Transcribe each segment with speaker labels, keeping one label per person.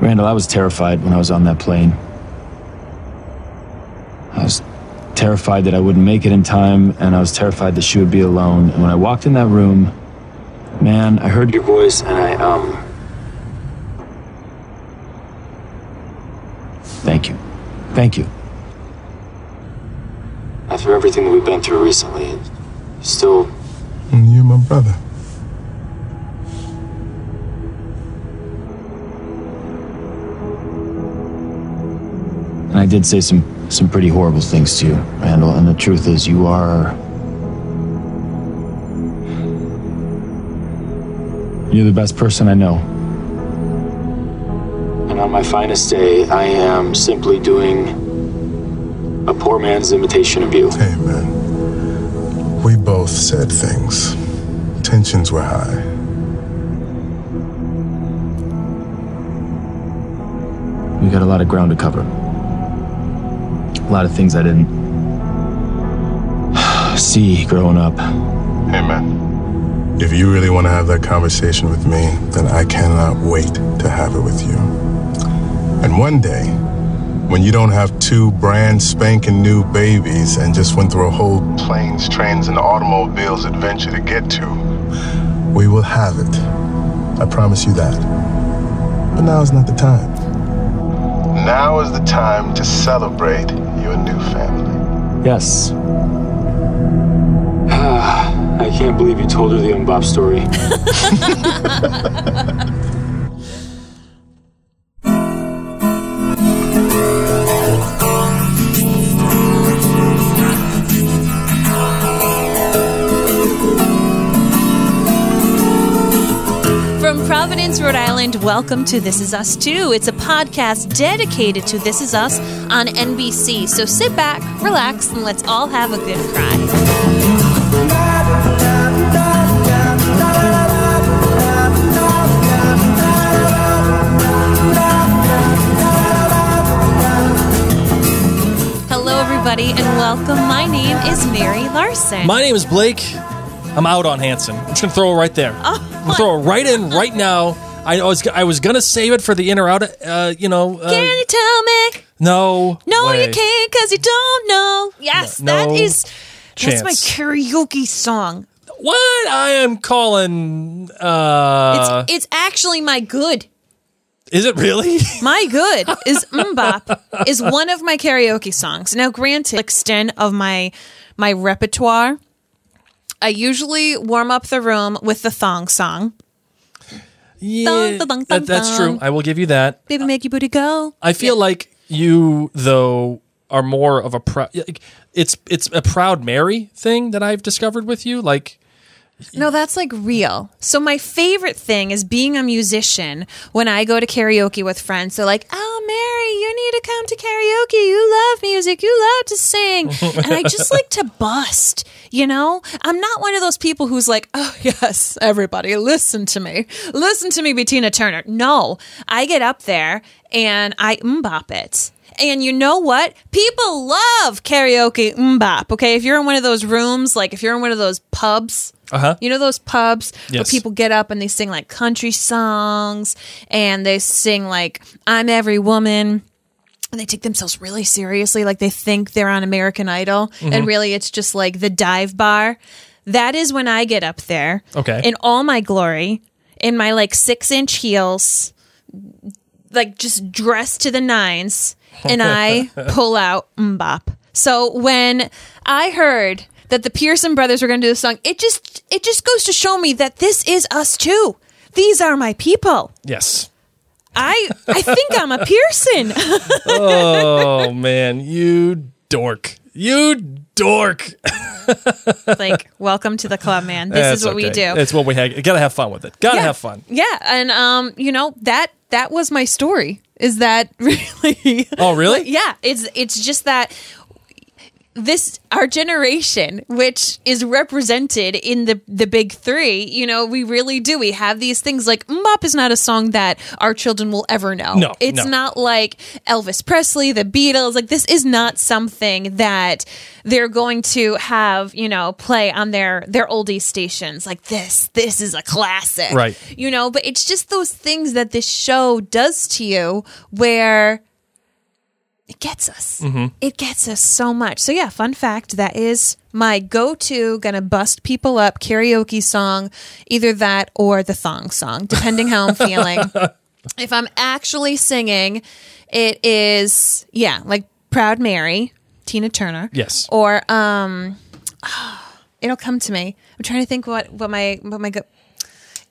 Speaker 1: Randall, I was terrified when I was on that plane. I was terrified that I wouldn't make it in time, and I was terrified that she would be alone. And when I walked in that room, man, I heard your voice, and I, um. Thank you. Thank you. After everything that we've been through recently, it still
Speaker 2: And you're my brother.
Speaker 1: And I did say some some pretty horrible things to you, Randall. And the truth is, you are. You're the best person I know. And on my finest day, I am simply doing a poor man's imitation of you.
Speaker 2: Hey, man. We both said things. Tensions were high.
Speaker 1: We got a lot of ground to cover. A lot of things I didn't see growing up.
Speaker 2: Hey, man. If you really want to have that conversation with me, then I cannot wait to have it with you. And one day, when you don't have two brand spanking new babies and just went through a whole planes, trains, and automobiles adventure to get to, we will have it. I promise you that. But now is not the time. Now is the time to celebrate your new family.
Speaker 1: Yes. I can't believe you told her the Umbop story.
Speaker 3: From Providence, Rhode Island, welcome to This Is Us Too. It's a podcast dedicated to This Is Us on NBC. So sit back, relax, and let's all have a good cry. Hello, everybody, and welcome. My name is Mary Larson.
Speaker 4: My name is Blake. I'm out on Hanson. I'm just gonna throw it right there.
Speaker 3: Oh.
Speaker 4: I'm gonna throw it right in right now. I was I was gonna save it for the in or out. Uh, you know,
Speaker 3: Can
Speaker 4: uh,
Speaker 3: you tell me?
Speaker 4: no,
Speaker 3: No,
Speaker 4: way.
Speaker 3: you can't because you don't know. Yes,
Speaker 4: No- no
Speaker 3: that is. That's my
Speaker 4: chance.
Speaker 3: karaoke song.
Speaker 4: What I am calling? Uh,
Speaker 3: it's it's actually my good.
Speaker 4: is it really?
Speaker 3: My good is Mbop is one of my karaoke songs. Now, granted, extent of my my repertoire, I usually warm up the room with the thong song.
Speaker 4: yeah,
Speaker 3: dun, dun,
Speaker 4: that- that's
Speaker 3: dun.
Speaker 4: true. I will give you that.
Speaker 3: Baby, make your booty go.
Speaker 4: I feel like you though are more of a proud. Like, it's it's a proud Mary thing that I've discovered with you. Like
Speaker 3: No, that's like real. So my favorite thing is being a musician when I go to karaoke with friends. They're like, "Oh, Mary, you need to come to karaoke. You love music. You love to sing." and I just like to bust, you know? I'm not one of those people who's like, "Oh, yes, everybody, listen to me. Listen to me, be Tina Turner." No. I get up there and I mbop it. And you know what? People love karaoke mbop. Okay, if you're in one of those rooms, like if you're in one of those pubs,
Speaker 4: Uh-huh.
Speaker 3: you know those pubs where
Speaker 4: Yes.
Speaker 3: people get up and they sing like country songs and they sing like I'm every woman and they take themselves really seriously like they think they're on American Idol and really it's just like the dive bar. That is when I get up there.
Speaker 4: Okay.
Speaker 3: In all my glory, in my like 6-inch heels, like just dressed to the nines and I pull out Mbop. So when I heard that the Pearson brothers were going to do this song, it just it just goes to show me that this is us too. These are my people.
Speaker 4: yes.
Speaker 3: I I think I'm a Pearson.
Speaker 4: Oh man, you dork. You dork.
Speaker 3: like welcome to the club, man. This
Speaker 4: That's
Speaker 3: is what we
Speaker 4: okay.
Speaker 3: do.
Speaker 4: It's what we have. Gotta have fun with it. Gotta
Speaker 3: yeah.
Speaker 4: have fun.
Speaker 3: Yeah, and um, you know that that was my story. Is that really?
Speaker 4: Oh, really?
Speaker 3: yeah, it's it's just that this our generation which is represented in the the big 3 you know we really do we have these things like Mup is not a song that our children will ever know
Speaker 4: No,
Speaker 3: it's
Speaker 4: no.
Speaker 3: not like Elvis Presley the Beatles like this is not something that they're going to have you know play on their their oldies stations like this this is a classic
Speaker 4: Right.
Speaker 3: you know but it's just those things that this show does to you where it gets us it gets us so much so yeah fun fact that is my go-to gonna bust people up karaoke song either that or the thong song depending how i'm feeling if i'm actually singing it is yeah like proud mary tina turner
Speaker 4: Yes.
Speaker 3: or um it'll come to me i'm trying to think what what my what my go-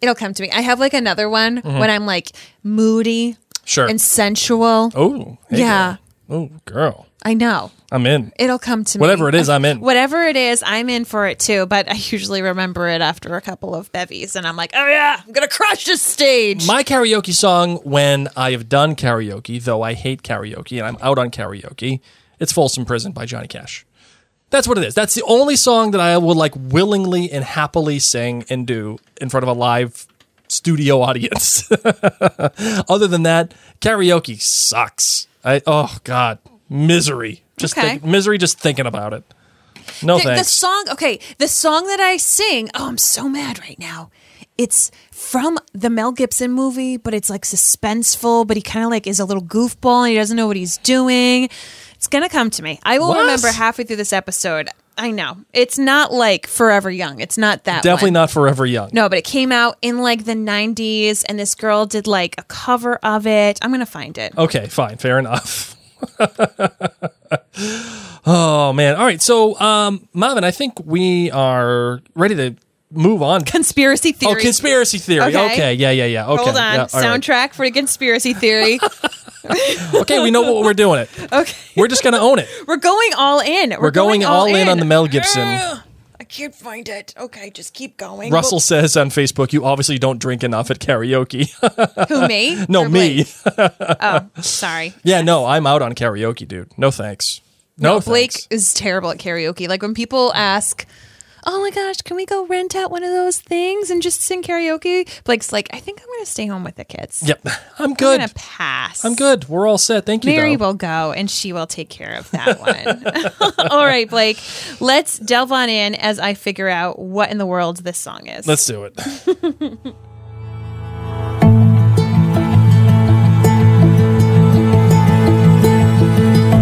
Speaker 3: it'll come to me i have like another one when i'm like moody
Speaker 4: Mm-hmm. Sure.
Speaker 3: and sensual
Speaker 4: oh, hey
Speaker 3: Yeah.
Speaker 4: girl. Oh, girl.
Speaker 3: i know
Speaker 4: I'm in.
Speaker 3: it'll come to me
Speaker 4: Whatever it is, I'm in.
Speaker 3: whatever it is i'm in for it too but i usually remember it after a couple of bevies and i'm like oh yeah i'm gonna crush this stage
Speaker 4: My karaoke song when I have done karaoke, though I hate karaoke and I'm out on karaoke, it's Folsom Prison by Johnny Cash. That's what it is. That's the only song that I will like willingly and happily sing and do in front of a live studio audience. Other than that, karaoke sucks. I oh god, misery. Just
Speaker 3: Okay.
Speaker 4: think, misery just thinking about it. No
Speaker 3: the, the
Speaker 4: thanks.
Speaker 3: song okay the song that i sing oh i'm so mad right now it's from the mel gibson movie but it's like suspenseful but he kind of like is a little goofball and he doesn't know what he's doing it's gonna come to me i will
Speaker 4: What?
Speaker 3: remember halfway through this episode i know it's not like forever young it's not that
Speaker 4: Definitely
Speaker 3: one.
Speaker 4: not forever young.
Speaker 3: no but it came out in like the 90s and this girl did like a cover of it i'm gonna find it
Speaker 4: Okay, fine, fair enough. oh man. All right. So um Marvin, I think we are ready to move on.
Speaker 3: conspiracy theory
Speaker 4: Oh, conspiracy theory. Okay.
Speaker 3: Okay.
Speaker 4: Yeah, yeah, yeah. Okay.
Speaker 3: hold on
Speaker 4: yeah, all right.
Speaker 3: soundtrack for the conspiracy theory
Speaker 4: Okay, we know what we're doing it.
Speaker 3: okay
Speaker 4: We're just going to own it.
Speaker 3: We're going all in. We're,
Speaker 4: We're going, all in. on the Mel Gibson.
Speaker 3: I can't find it. Okay, just keep going.
Speaker 4: Russell says on Facebook, you obviously don't drink enough at karaoke.
Speaker 3: Who me?
Speaker 4: no,
Speaker 3: Or
Speaker 4: me.
Speaker 3: Blake? Oh, sorry.
Speaker 4: yeah, no, I'm out on karaoke, dude. No thanks. No,
Speaker 3: Blake
Speaker 4: thanks.
Speaker 3: is terrible at karaoke. Like when people ask, "Oh my gosh, can we go rent out one of those things and just sing karaoke?" Blake's like, "I think I'm going to stay home with the kids.
Speaker 4: Yep. I'm
Speaker 3: I'm
Speaker 4: good.
Speaker 3: going to pass.
Speaker 4: I'm good. We're all set. Thank you.
Speaker 3: Mary
Speaker 4: though.
Speaker 3: will go and she will take care of that one. all right, Blake. Let's delve on in as I figure out what in the world this song is.
Speaker 4: Let's do it.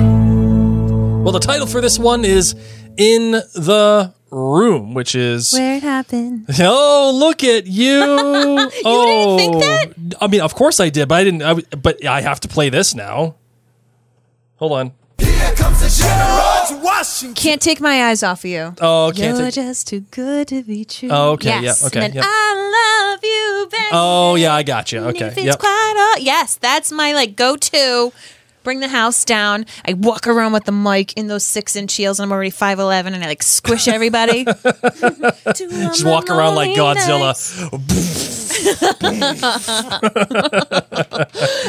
Speaker 4: well, the title for this one is In the Room, which is.
Speaker 3: Where it happened.
Speaker 4: Oh, look at you. you oh.
Speaker 3: think
Speaker 4: that? I mean, of course I did, but I didn't. I, w- but I have to play this now. Hold on.
Speaker 3: Can't take my eyes off of you.
Speaker 4: Oh, can't
Speaker 3: You're
Speaker 4: take-
Speaker 3: just too good to be true.
Speaker 4: Oh, okay, yeah,
Speaker 3: Yes.
Speaker 4: okay,
Speaker 3: And
Speaker 4: yeah.
Speaker 3: I love you, baby.
Speaker 4: Oh, yeah, I got you. Okay.
Speaker 3: If it's
Speaker 4: Yep.
Speaker 3: quite all- yes, that's my like go-to. Bring the house down. I walk around with the mic in those six-inch heels, and I'm already five eleven, and I like squish everybody.
Speaker 4: Just
Speaker 3: Just
Speaker 4: walk around like Godzilla.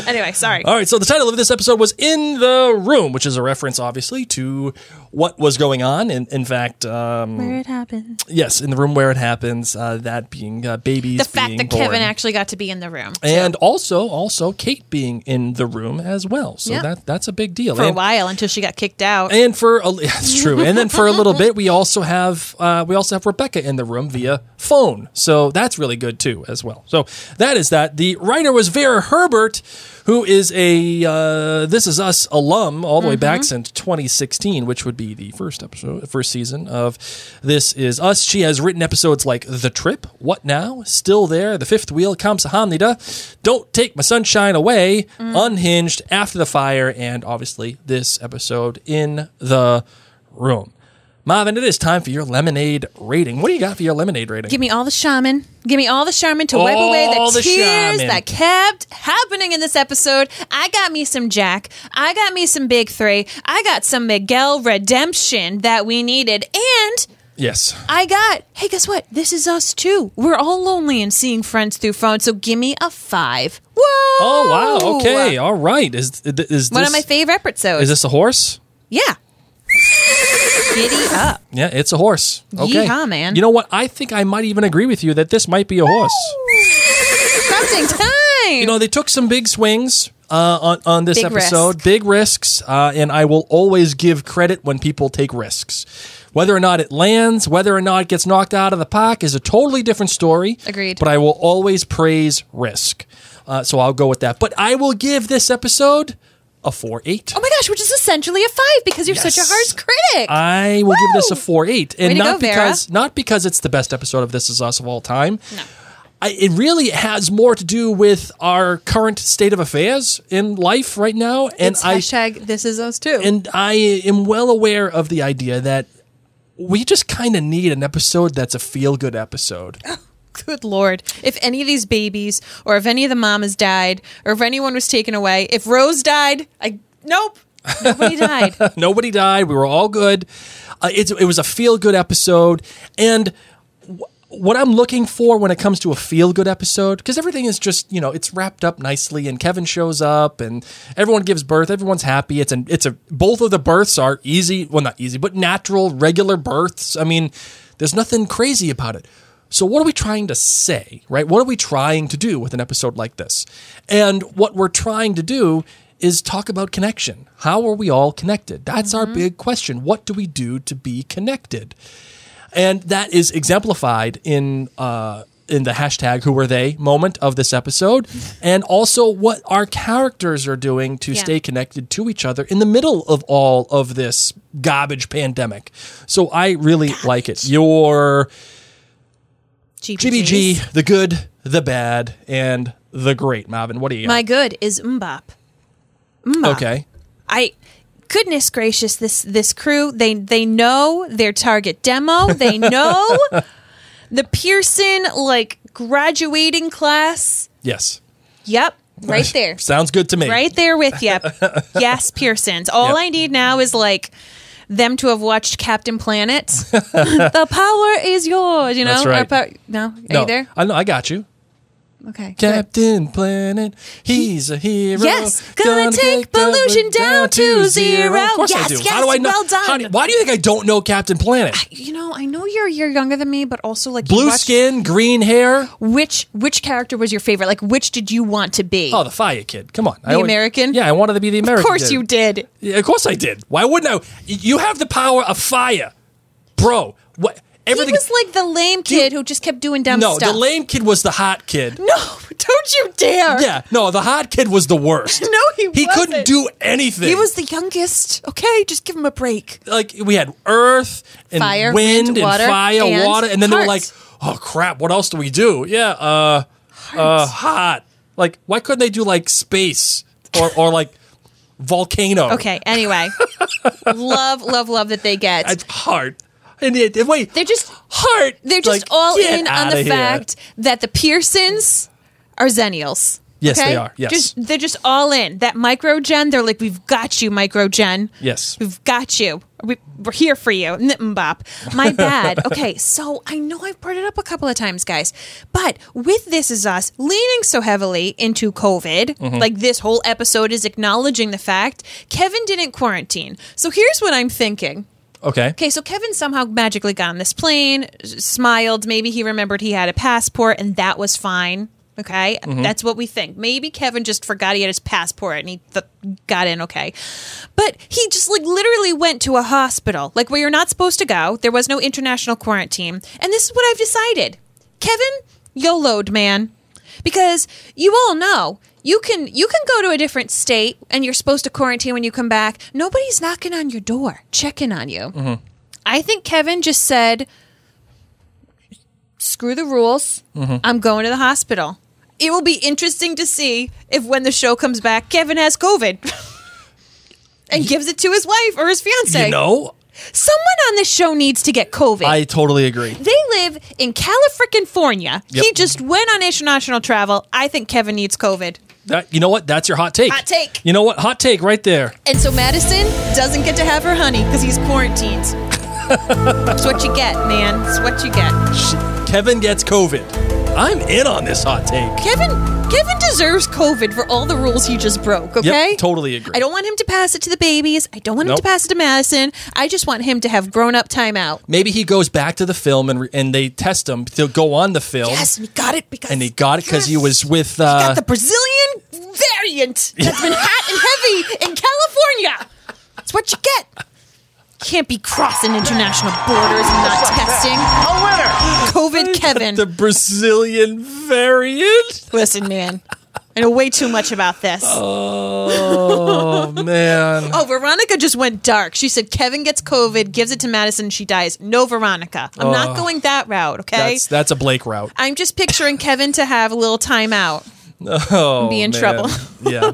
Speaker 3: Anyway, sorry.
Speaker 4: All right, so the title of this episode was In the Room, which is a reference, obviously, to what was going on. In, in fact, um,
Speaker 3: Where it happened.
Speaker 4: yes, in the room where it happens, uh, that being uh, babies
Speaker 3: The fact
Speaker 4: being
Speaker 3: that
Speaker 4: born.
Speaker 3: Kevin actually got to be in the room
Speaker 4: and also, also Kate being in the room as well. So
Speaker 3: Yeah.
Speaker 4: that that's a big deal.
Speaker 3: for a
Speaker 4: and,
Speaker 3: while until she got kicked out.
Speaker 4: and for a, that's true. And then for a little bit, we also have uh, we also have Rebecca in the room via phone. So that's really good too, as well. So that is that. The writer was Vera Herbert, who is a uh, This Is Us alum all the way back since 2016, which would be the first episode, first season of This Is Us. She has written episodes like The Trip, What Now, Still There, The Fifth Wheel, Kamsahamnida, Don't Take My Sunshine Away, Unhinged, After the Fire, and obviously this episode in the room. Marvin, it is time for your lemonade rating. What do you got for your lemonade rating?
Speaker 3: Give me all the shaman. Give me all the shaman to wipe
Speaker 4: All
Speaker 3: away the,
Speaker 4: the
Speaker 3: tears
Speaker 4: shaman.
Speaker 3: that kept happening in this episode. I got me some Jack. I got me some Big Three. I got some Miguel redemption that we needed. And
Speaker 4: yes.
Speaker 3: I got, hey, guess what? This is us too. We're all lonely and seeing friends through phone. So give me a five. Whoa.
Speaker 4: Oh wow. Oh, Okay. All right. Is is this,
Speaker 3: One of my favorite episodes.
Speaker 4: is this a horse?
Speaker 3: yeah. Giddy up.
Speaker 4: Yeah, it's a horse. Okay.
Speaker 3: Yeehaw, man.
Speaker 4: You know what? I think I might even agree with you that this might be a horse.
Speaker 3: Crafting time.
Speaker 4: You know, they took some big swings uh, on on this
Speaker 3: Big
Speaker 4: episode,
Speaker 3: risk.
Speaker 4: big risks, uh, and I will always give credit when people take risks. Whether or not it lands, whether or not it gets knocked out of the park is a totally different story.
Speaker 3: Agreed.
Speaker 4: But I will always praise risk. Uh, so I'll go with that. But I will give this episode a 4 8.
Speaker 3: oh my gosh, which is essentially a five because you're such a
Speaker 4: Yes.
Speaker 3: harsh critic.
Speaker 4: I will give this a
Speaker 3: Woo!
Speaker 4: four eight, and
Speaker 3: Way to
Speaker 4: not
Speaker 3: go, Vera.
Speaker 4: because not because it's the best episode of This Is Us of all time. I, it really has more to do with our current state of affairs in life right now, and
Speaker 3: it's
Speaker 4: I
Speaker 3: hashtag this is us too.
Speaker 4: and I am well aware of the idea that we just kind of need an episode that's a feel good episode.
Speaker 3: Good lord. If any of these babies or if any of the mamas died or if anyone was taken away, if Rose died, I nope. Nobody died.
Speaker 4: Nobody died. We were all good. Uh, it, it was a feel good episode. And w- what I'm looking for when it comes to a feel good episode, because everything is just, you know, it's wrapped up nicely and Kevin shows up and everyone gives birth. Everyone's happy. It's an, it's a, both of the births are easy. Well, not easy, but natural, regular births. I mean, there's nothing crazy about it. So, what are we trying to say, right? What are we trying to do with an episode like this? And what we're trying to do is talk about connection. How are we all connected? That's our big question. What do we do to be connected? And that is exemplified in uh, in the hashtag Who Are They moment of this episode, and also what our characters are doing to
Speaker 3: Yeah.
Speaker 4: stay connected to each other in the middle of all of this garbage pandemic. So I really like it. Your
Speaker 3: GBGs.
Speaker 4: GBG, the good, the bad, and the great. Marvin, what do you?
Speaker 3: My good is Mbop. Mbop.
Speaker 4: okay.
Speaker 3: I goodness gracious this this crew they they know their target demo they know the pearson like graduating class
Speaker 4: Yes.
Speaker 3: yep right there
Speaker 4: Sounds good to me.
Speaker 3: right there with you yes pearsons all
Speaker 4: Yep.
Speaker 3: i need now is like them to have watched captain planet the power is yours you know
Speaker 4: That's
Speaker 3: Our
Speaker 4: right.
Speaker 3: pow- no are
Speaker 4: No,
Speaker 3: you there
Speaker 4: I know. I got you.
Speaker 3: okay
Speaker 4: Captain Planet, he's a hero.
Speaker 3: Yes, gonna take pollution down to zero.
Speaker 4: Of course I
Speaker 3: Yes,
Speaker 4: do.
Speaker 3: yes,
Speaker 4: how do I know?
Speaker 3: well done.
Speaker 4: how do- why do you think I don't know Captain Planet?
Speaker 3: you know i know you're a year younger than me but also like you
Speaker 4: Blue
Speaker 3: watched-
Speaker 4: skin, green hair.
Speaker 3: which which character was your favorite like which did you want to be
Speaker 4: Oh, the fire kid. Come on. The
Speaker 3: American?
Speaker 4: Yeah, I wanted to be the American.
Speaker 3: Of course
Speaker 4: kid.
Speaker 3: you did.
Speaker 4: Yeah, of course I did. Why wouldn't I? Y- You have the power of fire, bro. What?
Speaker 3: He
Speaker 4: Everything.
Speaker 3: was like the lame kid who just kept doing dumb
Speaker 4: no,
Speaker 3: stuff.
Speaker 4: the lame kid was the hot kid.
Speaker 3: No, don't you dare.
Speaker 4: Yeah, no, the hot kid was the worst.
Speaker 3: No, he
Speaker 4: He couldn't
Speaker 3: wasn't.
Speaker 4: do anything.
Speaker 3: He was the youngest. Okay, just give him a break.
Speaker 4: like we had earth and
Speaker 3: Fire,
Speaker 4: wind,
Speaker 3: wind,
Speaker 4: and
Speaker 3: water,
Speaker 4: fire,
Speaker 3: and
Speaker 4: water, and then they were
Speaker 3: heart.
Speaker 4: like, "Oh crap, what else do we do?" Yeah, uh, uh, hot. Like, why couldn't they do like space or or like volcano?
Speaker 3: Okay, anyway. love, love, love that they get.
Speaker 4: it's hard. And, it- and wait,
Speaker 3: they're just
Speaker 4: heart.
Speaker 3: they're just
Speaker 4: Like,
Speaker 3: all
Speaker 4: get
Speaker 3: in on
Speaker 4: outta
Speaker 3: the
Speaker 4: here.
Speaker 3: fact that the Pearsons are Zennials.
Speaker 4: Yes, they
Speaker 3: okay?
Speaker 4: are. Yes.
Speaker 3: Just they're just all in. That microgen, they're like, We've got you, microgen.
Speaker 4: Yes.
Speaker 3: We've got you. We- We're here for you. Bop. My bad. Okay, so I know I've brought it up a couple of times, guys, but with This Is Us leaning so heavily into COVID,
Speaker 4: Mm-hmm.
Speaker 3: like this whole episode is acknowledging the fact Kevin didn't quarantine. So here's what I'm thinking.
Speaker 4: Okay.
Speaker 3: Okay, so Kevin somehow magically got on this plane, s- smiled. Maybe he remembered he had a passport and that was fine. Okay, that's what we think. Maybe Kevin just forgot he had his passport and he th- got in okay. But he just like literally went to a hospital, like where you're not supposed to go. There was no international quarantine. And this is what I've decided Kevin, YOLO'd, man because you all know you can you can go to a different state and you're supposed to quarantine when you come back nobody's knocking on your door checking on you i think kevin just said screw the rules
Speaker 4: Mm-hmm.
Speaker 3: i'm going to the hospital it will be interesting to see if when the show comes back kevin has covid and gives it to his wife or his fiance
Speaker 4: You know,
Speaker 3: someone on this show needs to get covid
Speaker 4: I totally agree.
Speaker 3: they live in California. He just went on international travel. I think Kevin needs COVID.
Speaker 4: That, you know what? That's your hot take.
Speaker 3: Hot take.
Speaker 4: You know what? Hot take right there.
Speaker 3: And so Madison doesn't get to have her honey because he's quarantined. That's what you get, man. That's what you get.
Speaker 4: Sh- Kevin gets COVID. I'm in on this hot take.
Speaker 3: Kevin Kevin deserves COVID for all the rules he just broke, okay?
Speaker 4: Yep, totally agree.
Speaker 3: I don't want him to pass it to the babies. I don't want him
Speaker 4: Nope.
Speaker 3: to pass it to Madison. I just want him to have grown up time out.
Speaker 4: Maybe he goes back to the film and re- and they test him to go on the film.
Speaker 3: Yes, we got it because
Speaker 4: And he got it because he
Speaker 3: Yes.
Speaker 4: was with.
Speaker 3: We
Speaker 4: Uh,
Speaker 3: got the Brazilian variant that's been hot and heavy in California. That's what you get. Can't be crossing international borders and not testing. COVID Kevin.
Speaker 4: the Brazilian variant.
Speaker 3: Listen, man. I know way too much about this. Oh.
Speaker 4: Oh man,
Speaker 3: Veronica just went dark. She said Kevin gets COVID, gives it to Madison, she dies. No, Veronica. I'm not going that route, okay?
Speaker 4: Oh. that's that's a Blake route.
Speaker 3: I'm just picturing Kevin to have a little time out.
Speaker 4: Oh,
Speaker 3: Be in
Speaker 4: man.
Speaker 3: trouble.
Speaker 4: yeah.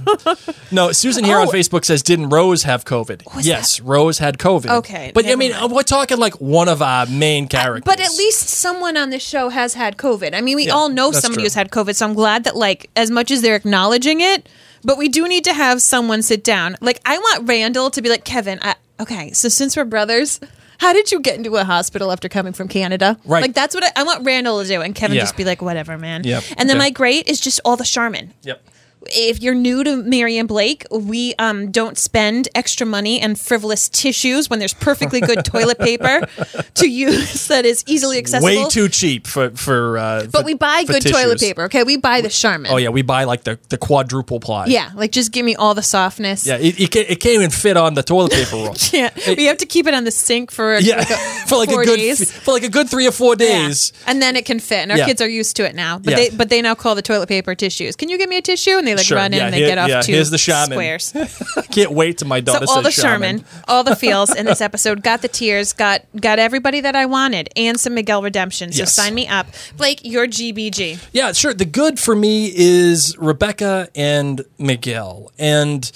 Speaker 4: No, Susan here on
Speaker 3: Oh.
Speaker 4: Facebook says, "Didn't Rose have COVID?" Yes, Rose had COVID.
Speaker 3: Okay,
Speaker 4: but I
Speaker 3: never
Speaker 4: mean,
Speaker 3: mind.
Speaker 4: we're talking like one of our main characters.
Speaker 3: But at least someone on this show has had COVID. I mean, we all know
Speaker 4: that's
Speaker 3: somebody
Speaker 4: true.
Speaker 3: who's had COVID, so I'm glad that, like, as much as they're acknowledging it, but we do need to have someone sit down. Like, I want Randall to be like, Kevin, I, okay, so since we're brothers, how did you get into a hospital after coming from Canada?
Speaker 4: Right.
Speaker 3: Like, that's what I, I want Randall to do. And Kevin
Speaker 4: Yeah.
Speaker 3: just be like, whatever, man.
Speaker 4: Yep,
Speaker 3: And then
Speaker 4: okay.
Speaker 3: my great is just all the Charmin
Speaker 4: Yep.
Speaker 3: if you're new to Mary and Blake, we um, don't spend extra money and frivolous tissues when there's perfectly good toilet paper to use that is easily accessible.
Speaker 4: Way too cheap for for. Uh,
Speaker 3: but
Speaker 4: for-
Speaker 3: we buy
Speaker 4: for
Speaker 3: good toilet
Speaker 4: tissues.
Speaker 3: paper. Okay, we buy the Charmin.
Speaker 4: Oh yeah, we buy like the the quadruple ply.
Speaker 3: yeah. Like just give me all the softness.
Speaker 4: Yeah, it, it, can't, it can't even fit on the toilet paper roll.
Speaker 3: Yeah, we have to keep it on the sink for
Speaker 4: yeah,
Speaker 3: like a,
Speaker 4: for like
Speaker 3: four
Speaker 4: a good
Speaker 3: days.
Speaker 4: for like a good three or four days.
Speaker 3: Yeah. And then it can fit, and our
Speaker 4: Yeah.
Speaker 3: kids are used to it now. But
Speaker 4: Yeah.
Speaker 3: they but they now call the toilet paper tissues. Can you give me a tissue? And they like
Speaker 4: Sure,
Speaker 3: run in
Speaker 4: yeah,
Speaker 3: and they
Speaker 4: here-
Speaker 3: get off
Speaker 4: yeah,
Speaker 3: two
Speaker 4: here's the Charmin.
Speaker 3: squares.
Speaker 4: Can't wait till my
Speaker 3: So
Speaker 4: daughter
Speaker 3: all the
Speaker 4: says
Speaker 3: Sherman, all the feels in this episode got the tears, got got everybody that I wanted, and some Miguel redemption. So
Speaker 4: Yes.
Speaker 3: sign me up, Blake. You're GBG.
Speaker 4: Yeah, sure. The good for me is Rebecca and Miguel. And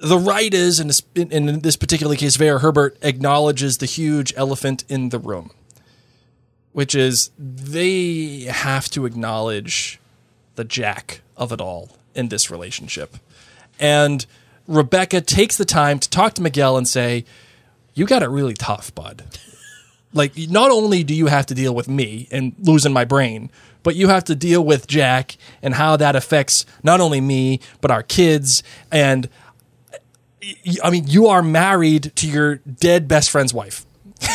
Speaker 4: the right is, and in, in this particular case, Vera Herbert acknowledges the huge elephant in the room, which is they have to acknowledge the jack of it all in this relationship. And Rebecca takes the time to talk to Miguel and say, You got it really tough, bud like not only do you have to deal with me and losing my brain but you have to deal with jack and how that affects not only me but our kids and y- i mean you are married to your dead best friend's wife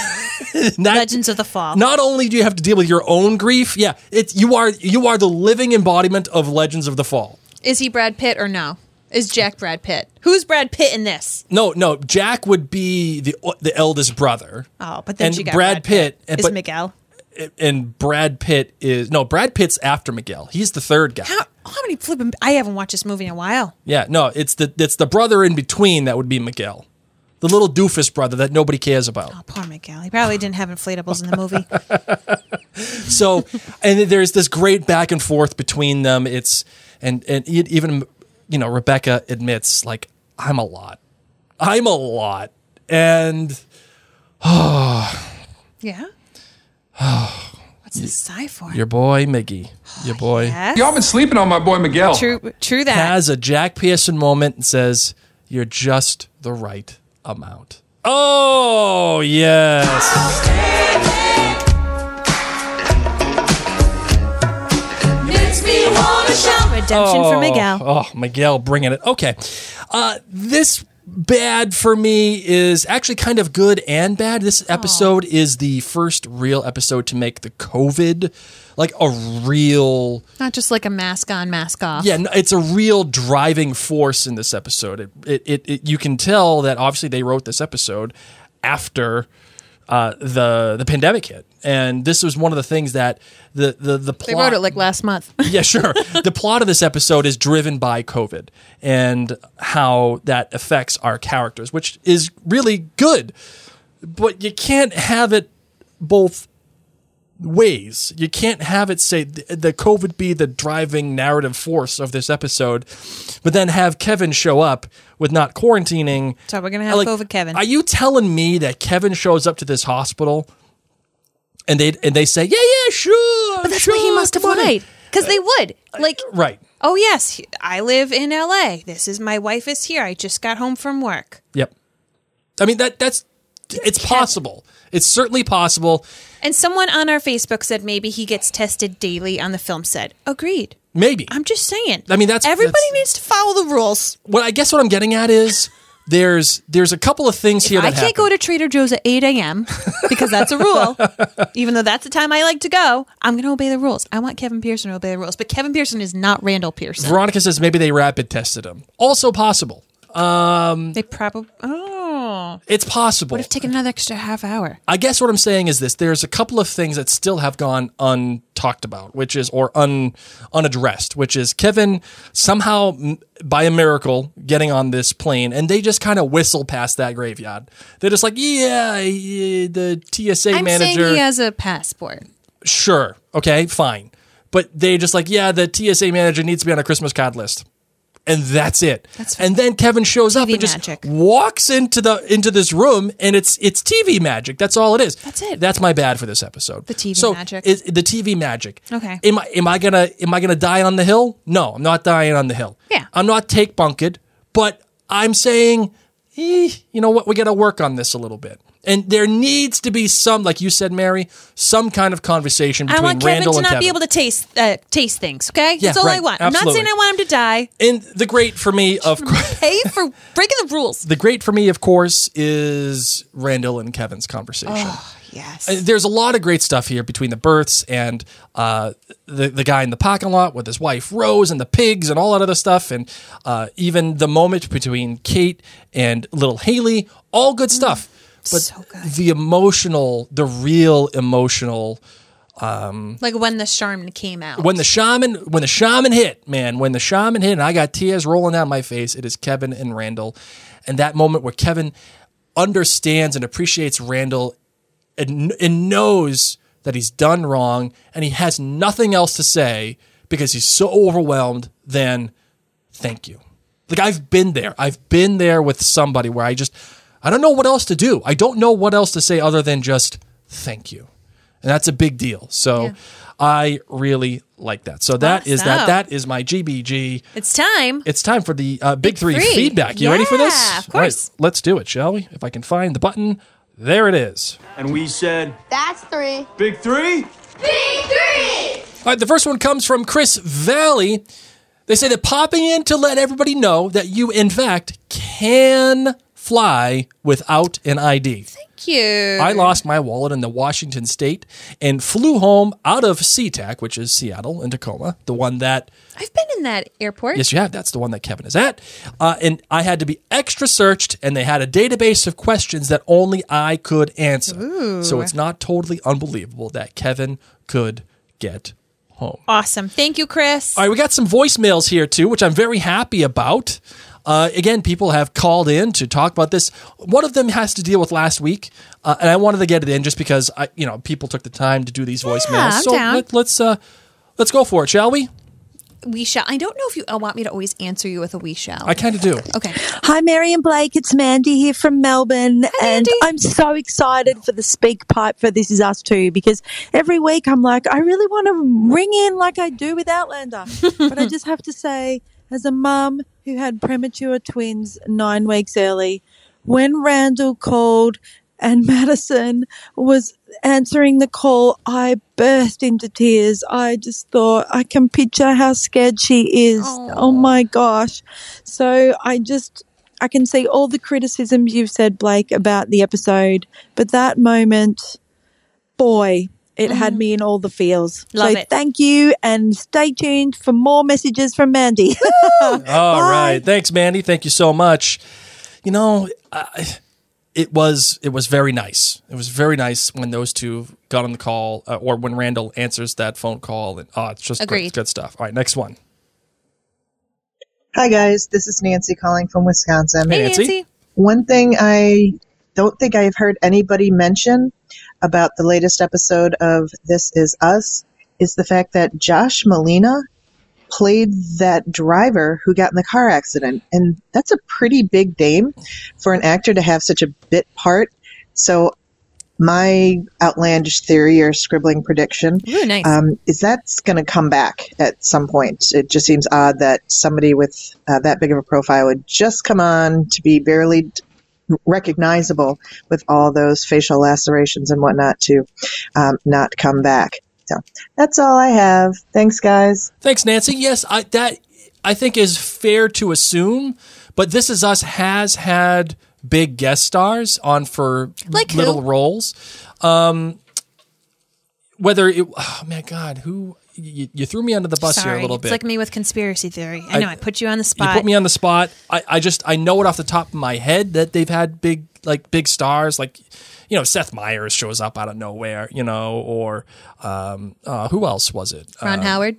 Speaker 4: And that-
Speaker 3: Legends of the Fall.
Speaker 4: not only do you have to deal with your own grief yeah it's you are you are the living embodiment of legends of the fall
Speaker 3: Is he Brad Pitt or no? Is Jack Brad Pitt? Who's Brad Pitt in this?
Speaker 4: no no jack would be the the eldest brother
Speaker 3: Oh, but then
Speaker 4: and
Speaker 3: you got
Speaker 4: brad, pitt, and,
Speaker 3: is
Speaker 4: but-
Speaker 3: Miguel.
Speaker 4: and Brad Pitt is no Brad Pitt's after Miguel. He's the third guy.
Speaker 3: How, Oh, how many flipping? I haven't watched this movie in a while.
Speaker 4: Yeah, no, it's the it's the brother in between that would be Miguel, the little doofus brother that nobody cares about.
Speaker 3: Poor Miguel. He probably didn't have inflatables in the movie.
Speaker 4: So, and there's this great back and forth between them. It's and and e- even you know Rebecca admits like I'm a lot, I'm a lot, and
Speaker 3: Yeah. What's this sigh for?
Speaker 4: your boy Miggy, your boy
Speaker 3: Yes?
Speaker 5: Y'all been sleeping on my boy Miguel.
Speaker 3: True. True that.
Speaker 4: has a Jack Pearson moment and says, "You're just the right amount." Oh yes.
Speaker 3: Redemption for Miguel.
Speaker 4: Oh, Miguel bringing it. Okay. Uh, this bad for me is actually kind of good and bad. This
Speaker 3: Oh.
Speaker 4: episode is the first real episode to make the COVID like a real
Speaker 3: Not just like a mask on, mask off.
Speaker 4: yeah, no, it's a real driving force in this episode. It, it, it, it you can tell that obviously they wrote this episode after uh, the the pandemic hit, and this was one of the things that the the the plot
Speaker 3: They wrote it like last month.
Speaker 4: yeah, sure. the plot of this episode is driven by COVID and how that affects our characters, which is really good. But you can't have it both ways. You can't have it say th- the COVID be the driving narrative force of this episode, but then have Kevin show up with not quarantining.
Speaker 3: So we're gonna have COVID Kevin.
Speaker 4: Are you telling me that Kevin shows up to this hospital and they and they say, yeah, yeah, sure,
Speaker 3: But that's what he must have lied. Because they would.
Speaker 4: Uh,
Speaker 3: Like,
Speaker 4: right?
Speaker 3: oh, yes, he- I live in LA. This is my wife is here. I just got home from work.
Speaker 4: Yep. I mean that that's it's possible. It's certainly possible.
Speaker 3: And someone on our Facebook said maybe he gets tested daily on the film set. Agreed.
Speaker 4: Maybe.
Speaker 3: I'm just saying.
Speaker 4: I mean, that's-
Speaker 3: everybody
Speaker 4: that's-
Speaker 3: needs to follow the rules.
Speaker 4: what I guess what I'm getting at is there's there's a couple of things here
Speaker 3: I
Speaker 4: that
Speaker 3: can't go to Trader Joe's at 8 a.m. because that's a rule. Even though that's the time I like to go, I'm going to obey the rules. I want Kevin Pearson to obey the rules, but Kevin Pearson is not Randall Pearson.
Speaker 4: Veronica says maybe they rapid tested him. Also possible. Mm-hmm.
Speaker 3: They probably. Oh,
Speaker 4: It's possible.
Speaker 3: take another extra half hour.
Speaker 4: I guess what I'm saying is this: there's a couple of things that still have gone untalked about, which is or un unaddressed, which is Kevin somehow m- by a miracle getting on this plane, and they just kind of whistle past that graveyard. They're just like, yeah, yeah, the TSA
Speaker 3: I'm
Speaker 4: manager.
Speaker 3: saying he has a passport.
Speaker 4: sure, okay, fine, but they just like, yeah, the TSA manager needs to be on a Christmas card list. And that's it.
Speaker 3: That's
Speaker 4: and then Kevin shows up
Speaker 3: TV
Speaker 4: and just
Speaker 3: magic.
Speaker 4: walks into the into this room, and it's it's TV magic. That's all it is.
Speaker 3: That's it.
Speaker 4: That's my bad for this episode.
Speaker 3: The TV
Speaker 4: so
Speaker 3: magic.
Speaker 4: Is, the TV magic.
Speaker 3: Okay.
Speaker 4: Am I am I gonna am I gonna die on the hill? No, I'm not dying on the hill.
Speaker 3: Yeah.
Speaker 4: I'm not take bunked, but I'm saying, eh, you know what? We got to work on this a little bit. And there needs to be some, like you said, Mary, some kind of conversation
Speaker 3: I
Speaker 4: between
Speaker 3: want Kevin
Speaker 4: Randall
Speaker 3: to
Speaker 4: and
Speaker 3: not
Speaker 4: Kevin.
Speaker 3: be able to taste uh, taste things. Okay, that's all I
Speaker 4: right.
Speaker 3: want.
Speaker 4: Absolutely.
Speaker 3: I'm not saying I want him to die.
Speaker 4: and the great for me, of course,
Speaker 3: Pay for breaking the rules.
Speaker 4: the great for me, of course, is Randall and Kevin's conversation.
Speaker 3: Oh, Yes.
Speaker 4: Uh, there's a lot of great stuff here between the births and uh, the the guy in the parking lot with his wife Rose and the pigs and all that other stuff, and uh, even the moment between Kate and little Haley. All good stuff. But
Speaker 3: Mm, so good.
Speaker 4: the emotional, the real emotional
Speaker 3: like when the Charmin came out.
Speaker 4: when the shaman when the shaman hit, man, when the shaman hit and I got tears rolling down my face, it is Kevin and Randall. And that moment where Kevin understands and appreciates Randall and, and knows that he's done wrong and he has nothing else to say because he's so overwhelmed Then, thank you. Like I've been there. I've been there with somebody where I just I don't know what else to do. I don't know what else to say other than just thank you. And that's a big deal. So
Speaker 3: Yeah.
Speaker 4: I really like that. So that is
Speaker 3: Awesome.
Speaker 4: that. That is my GBG.
Speaker 3: it's time.
Speaker 4: It's time for the uh, big, three,
Speaker 3: three.
Speaker 4: feedback. You ready for
Speaker 3: Yeah,
Speaker 4: this?
Speaker 3: of
Speaker 4: All right,
Speaker 3: course.
Speaker 4: let's do it, shall we? If I can find the button, there it is.
Speaker 5: And we said,
Speaker 6: That's three.
Speaker 5: Big Three?
Speaker 6: Big three!
Speaker 4: All right, the first one comes from Chris Valley. They say they're popping in to let everybody know that you, in fact, can fly without an ID.
Speaker 3: Cute.
Speaker 4: I lost my wallet in the Washington state and flew home out of SeaTac, which is Seattle and Tacoma, the one that
Speaker 3: I've been in that airport.
Speaker 4: Yes, you have. That's the one that Kevin is at. Uh, and I had to be extra searched, and they had a database of questions that only I could answer. So it's not totally unbelievable that Kevin could get home.
Speaker 3: Awesome. Thank you, Chris.
Speaker 4: All right, we got some voicemails here too, which I'm very happy about. Uh, again, people have called in to talk about this. One of them has to deal with last week, uh, and I wanted to get it in just because I, you know people took the time to do these voicemails.
Speaker 3: I'm
Speaker 4: so
Speaker 3: down.
Speaker 4: Let, let's uh, let's go for it, shall we?
Speaker 3: We shall. I don't know if you uh, want me to always answer you with a we shall.
Speaker 4: I kind of do.
Speaker 3: okay.
Speaker 7: Hi, Mary and Blake. It's Mandy here from Melbourne. and
Speaker 3: Mandy.
Speaker 7: I'm so excited for the speak pipe for This Is Us Too because every week I'm like, I really want to ring in like I do with Outlander. but I just have to say, as a mum who had premature twins nine weeks early, when Randall called and Madison was answering the call, I burst into tears. I just thought, I can picture how scared she is. Oh my gosh. So I just, I can see all the criticisms you've said, Blake, about the episode, but that moment, boy, it had me in all the feels.
Speaker 3: Mm. Love
Speaker 7: so
Speaker 3: it.
Speaker 7: thank you and stay tuned for more messages from Mandy.
Speaker 4: All right,
Speaker 7: Bye.
Speaker 4: Thanks, Mandy. Thank you so much. You know, I, it was it was very nice. It was very nice when those two got on the call, uh, or when Randall answers that phone call. And oh, it's just great,
Speaker 3: Agreed.
Speaker 4: good stuff. All right, next one.
Speaker 8: Hi, guys. This is Nancy calling from Wisconsin.
Speaker 4: Hey,
Speaker 3: Hey,
Speaker 4: Nancy.
Speaker 3: Nancy.
Speaker 8: One thing I don't think I've heard anybody mention about the latest episode of This Is Us is the fact that Josh Molina played that driver who got in the car accident. And that's a pretty big name for an actor to have such a bit part. So, my outlandish theory or scribbling prediction
Speaker 3: Ooh, nice.
Speaker 8: um, is that's going to come back at some point. It just seems odd that somebody with uh, that big of a profile would just come on to be barely recognizable with all those facial lacerations and whatnot to um, not come back. So that's all I have. Thanks, guys.
Speaker 4: Thanks, Nancy. Yes, I, that I think is fair to assume. But This Is Us has had big guest stars on for
Speaker 3: Like who?
Speaker 4: little roles. Um, whether it, oh my God, who you, you threw me under the bus here a
Speaker 3: Sorry,
Speaker 4: little
Speaker 3: it's
Speaker 4: bit.
Speaker 3: like me with conspiracy theory. I know I, put you on the
Speaker 4: you
Speaker 3: spot.
Speaker 4: put me on the spot. I, I just I know it off the top of my head that they've had big like big stars like you know Seth Meyers shows up out of nowhere you know or um, uh, who else was it
Speaker 3: Ron Howard.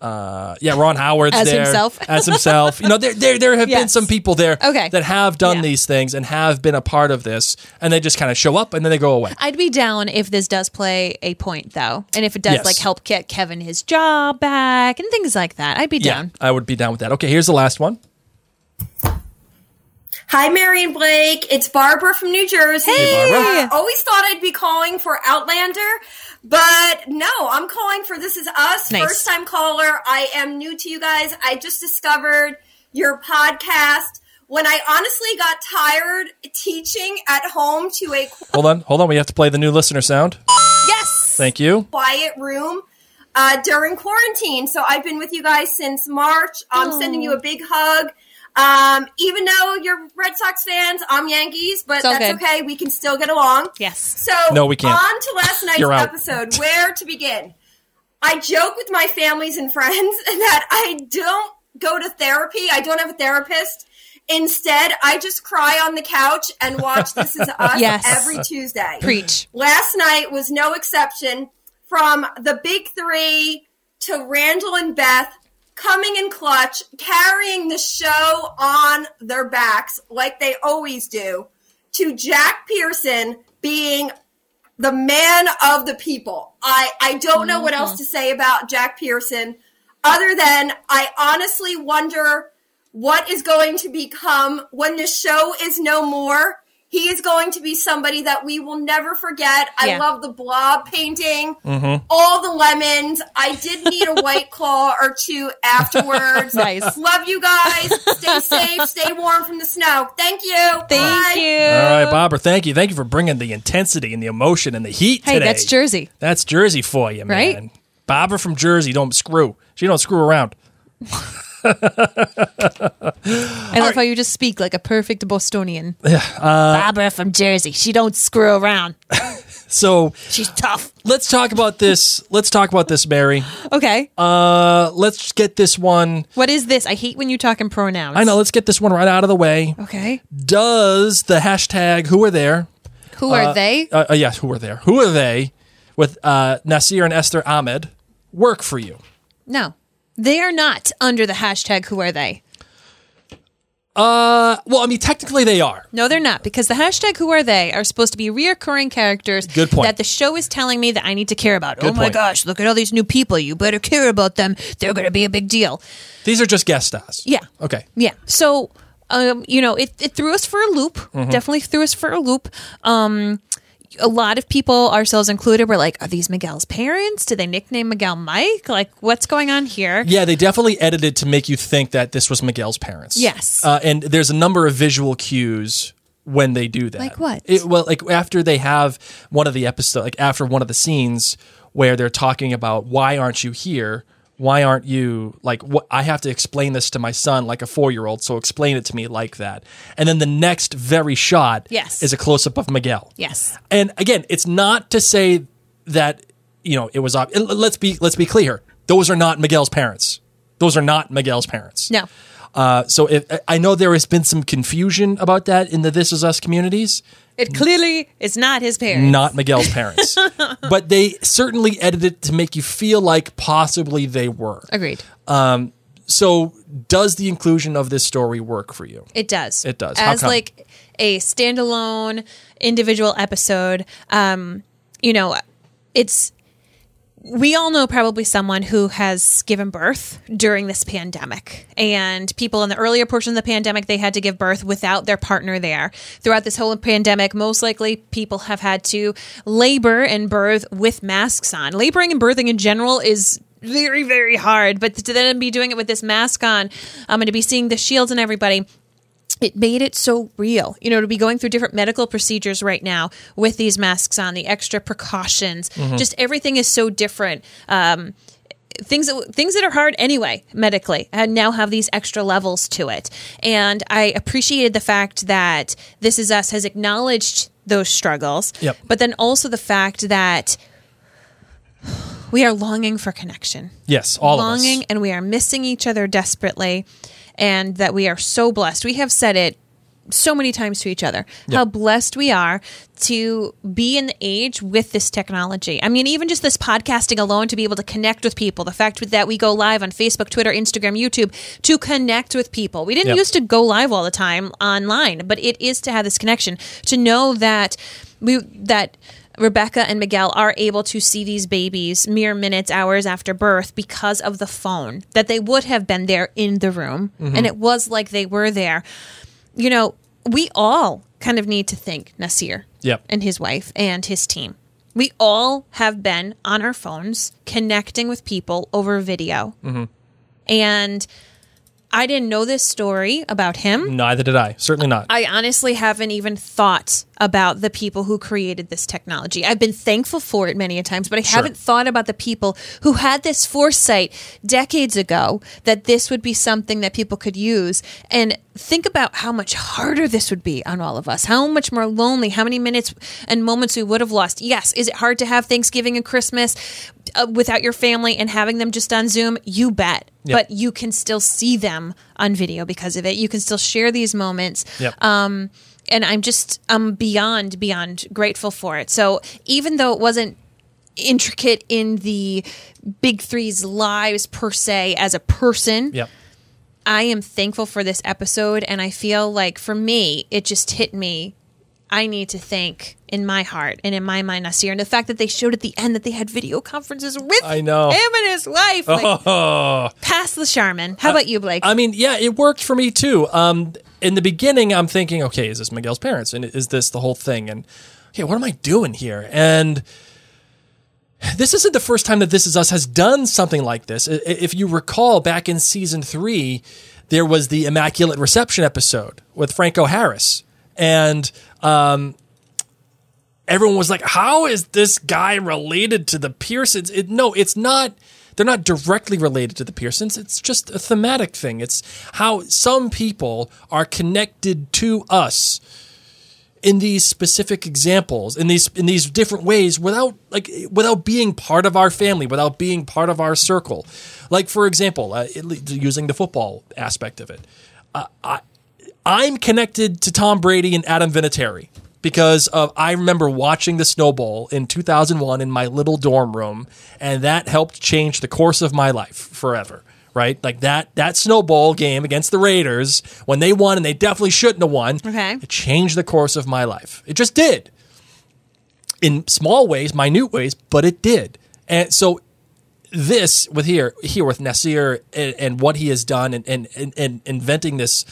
Speaker 4: uh, yeah, Ron Howard's
Speaker 3: As
Speaker 4: there
Speaker 3: himself.
Speaker 4: as himself. You know, there there, there have been
Speaker 3: Yes.
Speaker 4: some people there
Speaker 3: Okay.
Speaker 4: that have done
Speaker 3: Yeah.
Speaker 4: these things and have been a part of this, and they just kind of show up and then they go away.
Speaker 3: I'd be down if this does play a point though, and if it does
Speaker 4: Yes.
Speaker 3: like help get Kevin his job back and things like that. I'd be down.
Speaker 4: I would be down with that. Okay, here's the last one.
Speaker 5: Hi, Mary and Blake. It's Barbara from New Jersey.
Speaker 4: Hey, Barbara.
Speaker 5: I always thought I'd be calling for Outlander, but no, I'm calling for This Is Us.
Speaker 3: Nice.
Speaker 5: First time caller. I am new to you guys. I just discovered your podcast. When I honestly got tired teaching at home to a
Speaker 4: Hold on, hold on. We have to play the new listener sound.
Speaker 5: yes,
Speaker 4: Thank you.
Speaker 5: quiet room uh, during quarantine. So I've been with you guys since March. I'm sending you a big hug. Um, even though you're Red Sox fans, I'm Yankees, but
Speaker 3: all
Speaker 5: that's
Speaker 3: good.
Speaker 5: okay. We can still get along.
Speaker 3: Yes.
Speaker 5: So
Speaker 4: No, we can't.
Speaker 5: on to last night's
Speaker 4: You're out.
Speaker 5: episode. Where to begin? I joke with my families and friends that I don't go to therapy. I don't have a therapist. Instead, I just cry on the couch and watch This Is Us
Speaker 3: Yes.
Speaker 5: every Tuesday.
Speaker 3: Preach.
Speaker 5: Last night was no exception. From the big three to Randall and Beth coming in clutch, carrying the show on their backs like they always do, to Jack Pearson being the man of the people. I, I don't know what
Speaker 3: Mm-hmm.
Speaker 5: else to say about Jack Pearson other than I honestly wonder what is going to become when the show is no more. He is going to be somebody that we will never forget. I
Speaker 3: Yeah.
Speaker 5: love the blob painting, all the lemons. I did need a white claw or two afterwards.
Speaker 3: Nice.
Speaker 5: Love you guys. Stay safe. Stay warm from the snow. Thank you.
Speaker 3: Thank
Speaker 5: Bye.
Speaker 3: you.
Speaker 4: All right, Barbara. Thank you. Thank you for bringing the intensity and the emotion and the heat
Speaker 3: Hey,
Speaker 4: today.
Speaker 3: that's Jersey.
Speaker 4: That's Jersey for you, man.
Speaker 3: Right?
Speaker 4: Barbara from Jersey don't screw. She don't screw around.
Speaker 3: I love how you just speak like a perfect Bostonian.
Speaker 4: uh,
Speaker 3: Barbara from Jersey. She don't screw around.
Speaker 4: So
Speaker 3: She's tough.
Speaker 4: let's talk about this. Let's talk about this, Mary.
Speaker 3: Okay.
Speaker 4: Uh, let's get this one.
Speaker 3: what is this? I hate when you talk in pronouns.
Speaker 4: I know. Let's get this one right out of the way.
Speaker 3: Okay.
Speaker 4: Does the hashtag Who Are There?
Speaker 3: Who are they?
Speaker 4: Uh, uh, yes, Who Are There? Who Are They? With uh, Nasir and Esther Ahmed work for you.
Speaker 3: No. They are not under the hashtag who are they.
Speaker 4: Uh, well, I mean, technically they are.
Speaker 3: No, they're not because the hashtag who are they are supposed to be reoccurring characters
Speaker 4: Good point.
Speaker 3: that the show is telling me that I need to care about. oh my
Speaker 4: point.
Speaker 3: gosh, look at all these new people. You better care about them. They're going to be a big deal.
Speaker 4: These are just guest stars.
Speaker 3: Yeah.
Speaker 4: Okay.
Speaker 3: Yeah. So, um, you know, it, it threw us for a loop.
Speaker 4: Mm-hmm.
Speaker 3: Definitely threw us for a loop. Um, a lot of people, ourselves included, were like, are these Miguel's parents? Do they nickname Miguel Mike? Like, what's going on here?
Speaker 4: Yeah, they definitely edited to make you think that this was Miguel's parents.
Speaker 3: Yes.
Speaker 4: Uh, and there's a number of visual cues when they do that.
Speaker 3: Like what?
Speaker 4: It, well, like after they have one of the episode, like after one of the scenes where they're talking about why aren't you here? Why aren't you like what? I have to explain this to my son like a four year old. So explain it to me like that. And then the next very shot
Speaker 3: Yes.
Speaker 4: is a close up of Miguel.
Speaker 3: Yes.
Speaker 4: And again, it's not to say that you know it was. Ob- and let's be let's be clear. Those are not Miguel's parents. Those are not Miguel's parents.
Speaker 3: No.
Speaker 4: Uh, so if, I know there has been some confusion about that in the This Is Us communities.
Speaker 3: It clearly is not his parents.
Speaker 4: Not Miguel's parents, but they certainly edited to make you feel like possibly they were.
Speaker 3: Agreed.
Speaker 4: So does the inclusion of this story work for you?
Speaker 3: It does.
Speaker 4: It does. How
Speaker 3: As
Speaker 4: come?
Speaker 3: like a standalone individual episode, um, you know, it's we all know probably someone who has given birth during this pandemic. And people in the earlier portion of the pandemic, they had to give birth without their partner there. Throughout this whole pandemic, most likely people have had to labor and birth with masks on. Laboring and birthing in general is very, very hard, but to then be doing it with this mask on, I'm going to be seeing the shields and everybody it made it so real, you know, to be going through different medical procedures right now with these masks on, the extra precautions,
Speaker 4: Mm-hmm.
Speaker 3: just everything is so different. Um, things that things that are hard anyway medically and now have these extra levels to it and i appreciated the fact that this is us has acknowledged those struggles
Speaker 4: Yep.
Speaker 3: but then also the fact that we are longing for connection
Speaker 4: Yes, all
Speaker 3: longing
Speaker 4: of us.
Speaker 3: and we are missing each other desperately and that we are so blessed. We have said it so many times to each other how blessed we are to be in the age with this technology. I mean, even just this podcasting alone to be able to connect with people, the fact that we go live on Facebook, Twitter, Instagram, YouTube to connect with people. We didn't
Speaker 4: Yep.
Speaker 3: used to go live all the time online, but it is to have this connection to know that we that Rebecca and Miguel are able to see these babies mere minutes, hours after birth because of the phone, that they would have been there in the room. And it was like they were there you know, we all kind of need to thank Nasir
Speaker 4: Yep.
Speaker 3: and his wife and his team. We all have been on our phones connecting with people over video. And I didn't know this story about him.
Speaker 4: Neither did I. Certainly not.
Speaker 3: I honestly haven't even thought about the people who created this technology. I've been thankful for it many a times, but I haven't thought about the people who had this foresight decades ago that this would be something that people could use. And think about how much harder this would be on all of us, how much more lonely, how many minutes and moments we would have lost. Yes, is it hard to have Thanksgiving and Christmas uh, without your family and having them just on Zoom? You bet. But you can still see them on video because of it. You can still share these moments
Speaker 4: Yep.
Speaker 3: um, and I'm just I'm beyond beyond grateful for it. So even though it wasn't intricate in the big three's lives per se as a person,
Speaker 4: yep.
Speaker 3: I am thankful for this episode, and I feel like for me it just hit me. I need to thank in my heart and in my mind Nasir and the fact that they showed at the end that they had video conferences with
Speaker 4: I know.
Speaker 3: him and his wife. Like, Pass the Charmin. How about you, Blake?
Speaker 4: I mean, yeah, it worked for me too. Um, in the beginning, I'm thinking, okay, is this Miguel's parents, and is this the whole thing? And okay, what am I doing here? And this isn't the first time that This Is Us has done something like this. I- i- If you recall, back in season three, there was the Immaculate Reception episode with Franco Harris, and everyone was like, "How is this guy related to the Pearsons?" It, no, it's not. They're not directly related to the Pearsons. It's just a thematic thing. It's how some people are connected to us in these specific examples, in these in these different ways, without like without being part of our family, without being part of our circle. Like for example, uh, it- using the football aspect of it, I'm connected to Tom Brady and Adam Vinatieri because of I remember watching the Snowball in 2001 in my little dorm room, and that helped change the course of my life forever. Right, like that that Snowball game against the Raiders when they won, and they definitely shouldn't have won.
Speaker 3: Okay.
Speaker 4: it changed the course of my life. It just did in small ways, minute ways, but it did. And so this with here here with Nasir and, and what he has done and, and, and, and inventing this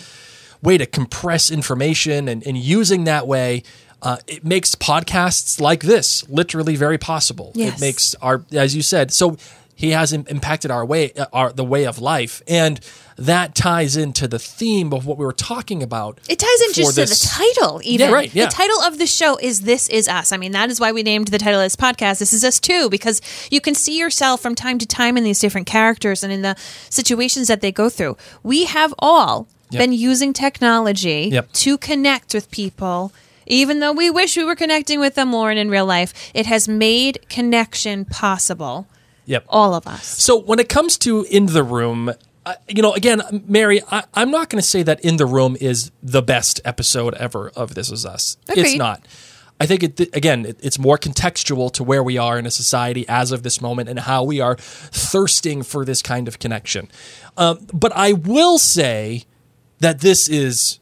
Speaker 4: way to compress information and, and using that way, uh, it makes podcasts like this literally very possible.
Speaker 3: Yes.
Speaker 4: It makes our as you said. So he has im- impacted our way uh, our the way of life and that ties into the theme of what we were talking about.
Speaker 3: It ties in
Speaker 4: for
Speaker 3: just to the
Speaker 4: this-
Speaker 3: title, even.
Speaker 4: Yeah, right, yeah.
Speaker 3: The title of the show is This Is Us. I mean, that is why we named the title of this podcast This Is Us Too, because you can see yourself from time to time in these different characters and in the situations that they go through. We have all been using technology
Speaker 4: Yep.
Speaker 3: to connect with people. Even though we wish we were connecting with them more and in real life, it has made connection possible.
Speaker 4: Yep.
Speaker 3: All of us.
Speaker 4: So when it comes to in the room, I, you know, again, Mary, I, I'm not going to say that in the room is the best episode ever of This Is Us.
Speaker 3: Agreed.
Speaker 4: It's not. I think it again. It, it's more contextual to where we are in a society as of this moment and how we are thirsting for this kind of connection. Um, but I will say that this is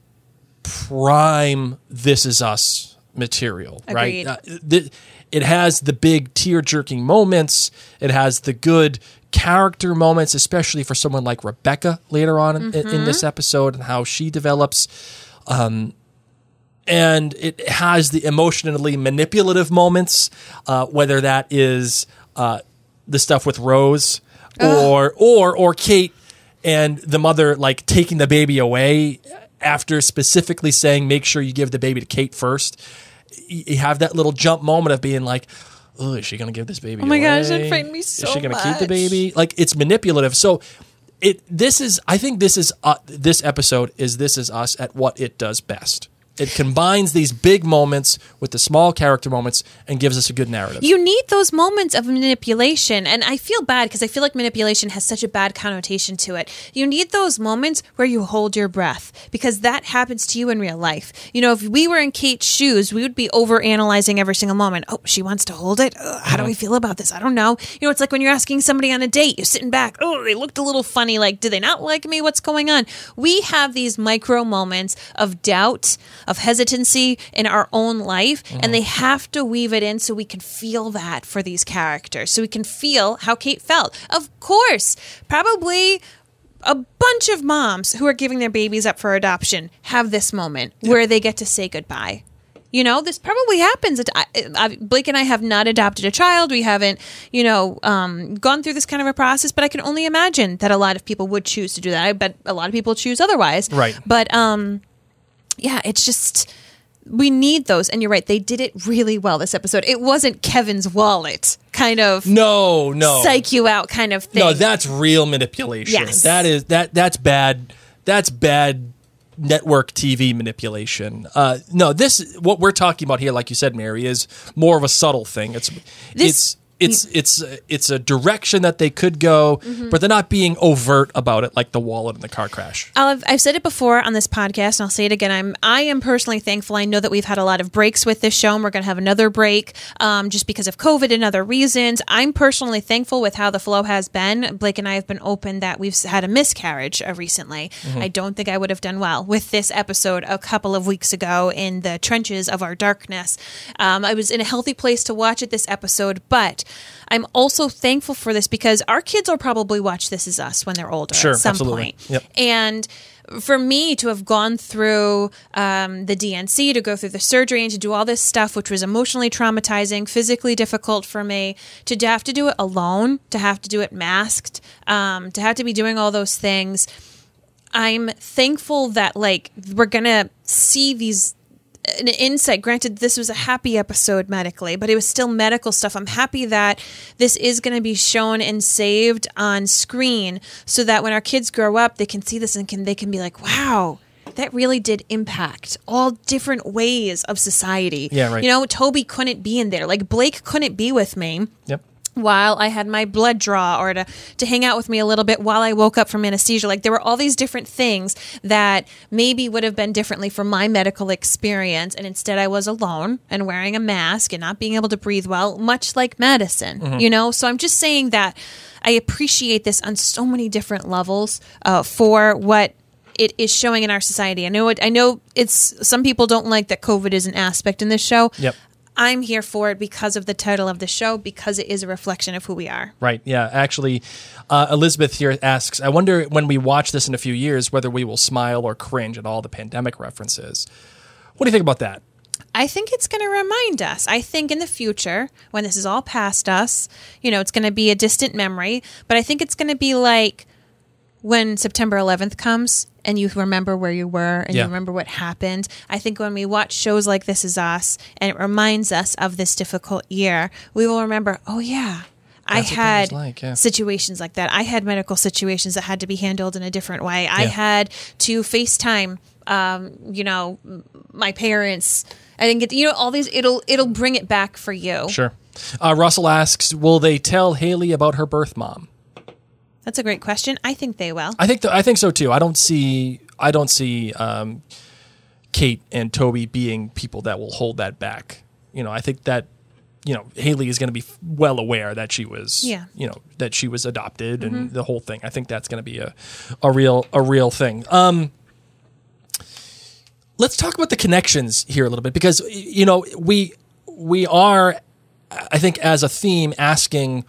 Speaker 4: prime this is us material
Speaker 3: Agreed.
Speaker 4: right Uh, th- it has the big tear jerking moments it has the good character moments especially for someone like rebecca later on in- in, this episode and how she develops and it has the emotionally manipulative moments, uh, whether that is uh, the stuff with Rose or or or Kate and the mother like taking the baby away after specifically saying, make sure you give the baby to Kate first, y- you have that little jump moment of being like, oh, is she going to give this baby? Oh
Speaker 3: my gosh, that frightened me
Speaker 4: Is
Speaker 3: so
Speaker 4: she to keep the
Speaker 3: much.
Speaker 4: baby? Like it's manipulative. So it this is I think this is uh, this episode is this is us at what it does best. It combines these big moments with the small character moments and gives us a good narrative.
Speaker 3: You need those moments of manipulation. And I feel bad because I feel like manipulation has such a bad connotation to it. You need those moments where you hold your breath because that happens to you in real life. You know, if we were in Kate's shoes, we would be over analyzing every single moment. Oh, she wants to hold it? Ugh, how do we feel about this? I don't know. You know, it's like when you're asking somebody on a date, you're sitting back. Oh, they looked a little funny. Like, do they not like me? What's going on? We have these micro moments of doubt, of hesitancy in our own life, and they have to weave it in so we can feel that for these characters, so we can feel how Kate felt. Of course, probably a bunch of moms who are giving their babies up for adoption have this moment where they get to say goodbye. You know, this probably happens. It- I, I, Blake and I have not adopted a child. We haven't, you know, um, gone through this kind of a process. But I can only imagine that a lot of people would choose to do that. I bet a lot of people choose otherwise.
Speaker 4: Right.
Speaker 3: But um, yeah, it's just we need those. And you're right; they did it really well this episode. It wasn't Kevin's wallet kind of
Speaker 4: no, no.
Speaker 3: psych you out kind of thing.
Speaker 4: No, that's real manipulation.
Speaker 3: Yes.
Speaker 4: That is that that's bad. That's bad network TV manipulation. Uh, no, this what we're talking about here, like you said, Mary, is more of a subtle thing. It's
Speaker 3: This-
Speaker 4: it's it's it's it's a direction that they could go,
Speaker 3: Mm-hmm.
Speaker 4: but they're not being overt about it, like the wallet and the car crash.
Speaker 3: I've, I've said it before on this podcast, and I'll say it again. I'm I am personally thankful. I know that we've had a lot of breaks with this show, and we're going to have another break um, just because of COVID and other reasons. I'm personally thankful with how the flow has been. Blake and I have been open that we've had a miscarriage uh, recently.
Speaker 4: Mm-hmm.
Speaker 3: I don't think I would have done well with this episode a couple of weeks ago in the trenches of our darkness. Um, I was in a healthy place to watch it this episode, but. I'm also thankful for this because our kids will probably watch This Is Us when they're older
Speaker 4: Sure,
Speaker 3: at some
Speaker 4: absolutely.
Speaker 3: point.
Speaker 4: Yep.
Speaker 3: And for me to have gone through um, the DNC, to go through the surgery, and to do all this stuff, which was emotionally traumatizing, physically difficult for me, to d- have to do it alone, to have to do it masked, um, to have to be doing all those things, I'm thankful that like we're gonna see these an insight. Granted, this was a happy episode medically, but it was still medical stuff. I'm happy that this is going to be shown and saved on screen so that when our kids grow up, they can see this and can they can be like, wow. That really did impact all different ways of society.
Speaker 4: Yeah, right.
Speaker 3: You know, Toby couldn't be in there. Like Blake couldn't be with me
Speaker 4: Yep.
Speaker 3: while I had my blood draw or to, to hang out with me a little bit while I woke up from anesthesia. Like there were all these different things that maybe would have been differently for my medical experience. And instead I was alone and wearing a mask and not being able to breathe well, much like medicine, you know? So I'm just saying that I appreciate this on so many different levels uh, for what it is showing in our society. I know it, I know it's some people don't like that COVID is an aspect in this show.
Speaker 4: Yep.
Speaker 3: I'm here for it because of the title of the show, because it is a reflection of who we are.
Speaker 4: Right. Yeah. Actually, uh, Elizabeth here asks I wonder when we watch this in a few years whether we will smile or cringe at all the pandemic references. What do you think about that?
Speaker 3: I think it's going to remind us. I think in the future, when this is all past us, you know, it's going to be a distant memory, but I think it's going to be like when September 11th comes and you remember where you were and
Speaker 4: Yeah.
Speaker 3: you remember what happened. I think when we watch shows like This Is Us and it reminds us of this difficult year, we will remember, oh, yeah. I
Speaker 4: That's what that was
Speaker 3: had
Speaker 4: like, yeah.
Speaker 3: situations like that. I had medical situations that had to be handled in a different way. I
Speaker 4: Yeah.
Speaker 3: had to FaceTime, um, you know, m- my parents. I didn't get, you know, all these. It'll it'll bring it back for you.
Speaker 4: Sure. Uh, Russell asks, "Will they tell Haley about her birth mom?"
Speaker 3: That's a great question. I think they will.
Speaker 4: I think th- I think so too. I don't see I don't see um, Kate and Toby being people that will hold that back. You know, I think that you know Haley is going to be f- well aware that she was
Speaker 3: Yeah.
Speaker 4: you know that she was adopted and the whole thing. I think that's going to be a a real a real thing. Um, let's talk about the connections here a little bit because y- you know we we are I think as a theme asking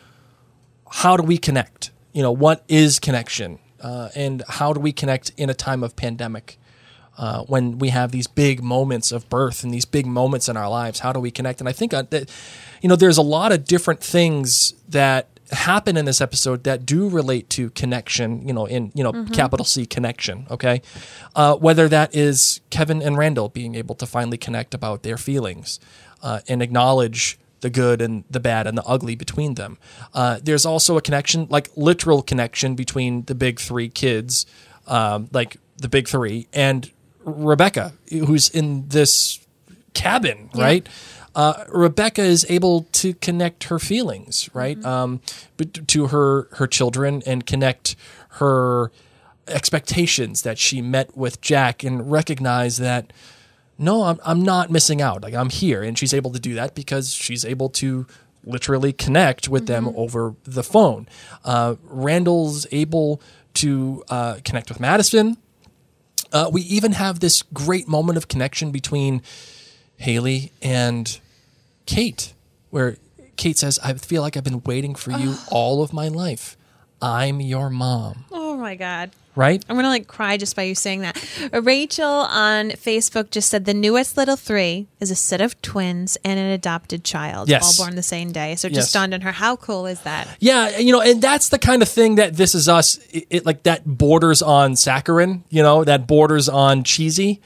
Speaker 4: how do we connect? You know, what is connection? Uh, and how do we connect in a time of pandemic? Uh, when we have these big moments of birth and these big moments in our lives, how do we connect? And I think uh, that, you know, there's a lot of different things that happen in this episode that do relate to connection, you know, in, you know, capital C connection, okay? Uh, whether that is Kevin and Randall being able to finally connect about their feelings uh, and acknowledge the good and the bad and the ugly between them. Uh, there's also a connection, like literal connection between the big three kids, um, like the big three, and Rebecca, who's in this cabin, right? Uh, Rebecca is able to connect her feelings, right, um, but to her her children and connect her expectations that she met with Jack and recognize that no, I'm I'm not missing out. Like I'm here, and she's able to do that because she's able to literally connect with them over the phone. Uh, Randall's able to uh, connect with Madison. Uh, we even have this great moment of connection between Haley and Kate, where Kate says, "I feel like I've been waiting for you all of my life. I'm your mom."
Speaker 3: Oh my God.
Speaker 4: Right?
Speaker 3: I'm gonna like cry just by you saying that. Rachel on Facebook just said the newest little three is a set of twins and an adopted child,
Speaker 4: Yes.
Speaker 3: all born the same day. So it
Speaker 4: Yes.
Speaker 3: just dawned on her, how cool is that?
Speaker 4: Yeah, you know, and that's the kind of thing that this is us. It, it like that borders on saccharin, you know, that borders on cheesy.